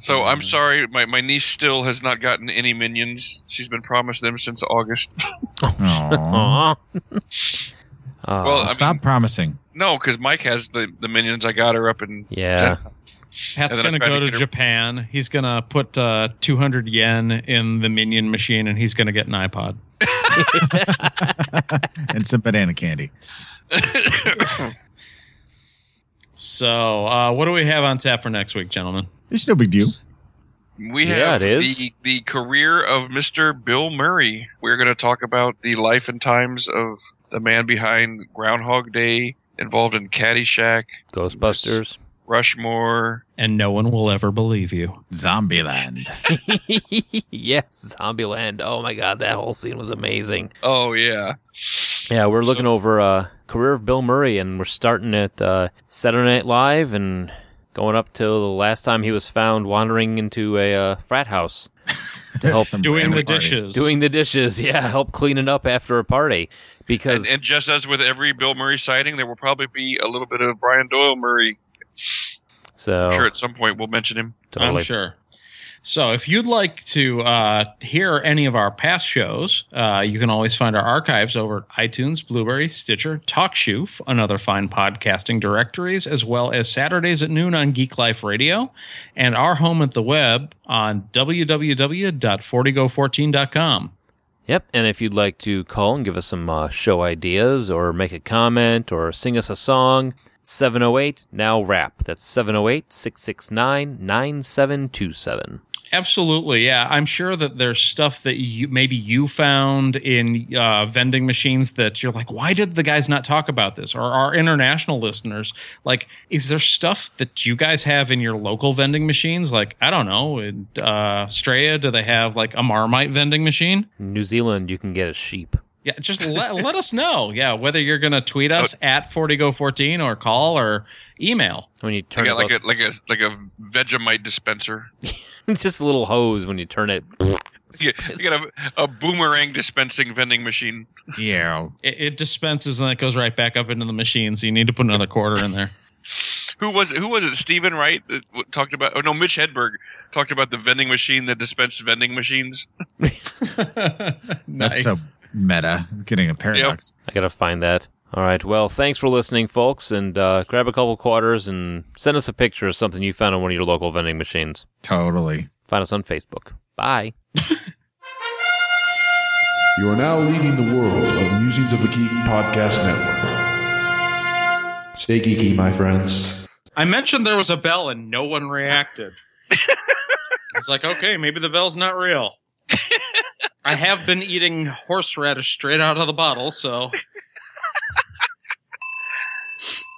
So I'm sorry, my, my niece still has not gotten any minions. She's been promised them since August. *laughs* Aw. Aw. Aw. Well, I Stop mean, promising. *laughs* no, because Mike has the, the minions. I got her up in *laughs* yeah. Pat's And then I gonna tried go to to get her- Japan. He's gonna put uh, 200 yen in the minion machine, and he's gonna get an iPod. And some banana candy. So, uh, what do we have on tap for next week, gentlemen? It's no big deal. We Yeah, have it is. The, the career of Mr. Bill Murray. We're going to talk about the life and times of the man behind Groundhog Day, involved in Caddyshack, Ghostbusters. *laughs* Rushmore. And no one will ever believe you. Zombieland. yes, Zombieland. Oh my god, that whole scene was amazing. Oh, yeah. Yeah, we're looking over uh, career of Bill Murray, and we're starting at uh, Saturday Night Live and going up till the last time he was found wandering into a uh, frat house to help Some Doing random the party. dishes. doing the dishes. *laughs* Yeah, help cleaning up after a party And, because and just as with every Bill Murray sighting, there will probably be a little bit of Brian Doyle Murray. so I'm Oh. sure at some point we'll mention him. totally. I'm sure. So, if you'd like to uh, hear any of our past shows, uh, you can always find our archives over at iTunes, Blueberry, Stitcher, TalkShoof, and other fine podcasting directories, as well as Saturdays at noon on Geek Life Radio and our home at the web on www.40go14.com. Yep, and if you'd like to call and give us some uh, show ideas or make a comment or sing us a song, 708 Now Rap. That's 708 669 9727. Absolutely, yeah. I'm sure that there's stuff that you maybe you found in uh, vending machines that you're like, why did the guys not talk about this? Or our international listeners, like, is there stuff that you guys have in your local vending machines? Like, I don't know, in uh, Australia, do they have like a Marmite vending machine? New Zealand, you can get a sheep. Yeah, just let, *laughs* let us know. Yeah, whether you're gonna tweet us at 40go14 or call or email. When you I turn it, got like goes- a, like, a, like a Vegemite dispenser. *laughs* *laughs* it's just a little hose when you turn it. You got, you got a, a boomerang dispensing vending machine. Yeah. It, it dispenses and then it goes right back up into the machine, so you need to put another quarter in there. Who was it? Who was it? Stephen Wright that w- talked about. Oh no, Mitch Hedberg talked about the vending machine that dispensed vending machines. nice. That's so meta. It's getting a paradox. I got to find that. All right, well, thanks for listening, folks, and uh, grab a couple quarters and send us a picture of something you found on one of your local vending machines. Totally. Find us on Facebook. Bye. You are now leading the world of Musings of a Geek Podcast Network. Stay geeky, my friends. I mentioned there was a bell and no one reacted. I was like, okay, maybe the bell's not real. I have been eating horseradish straight out of the bottle, so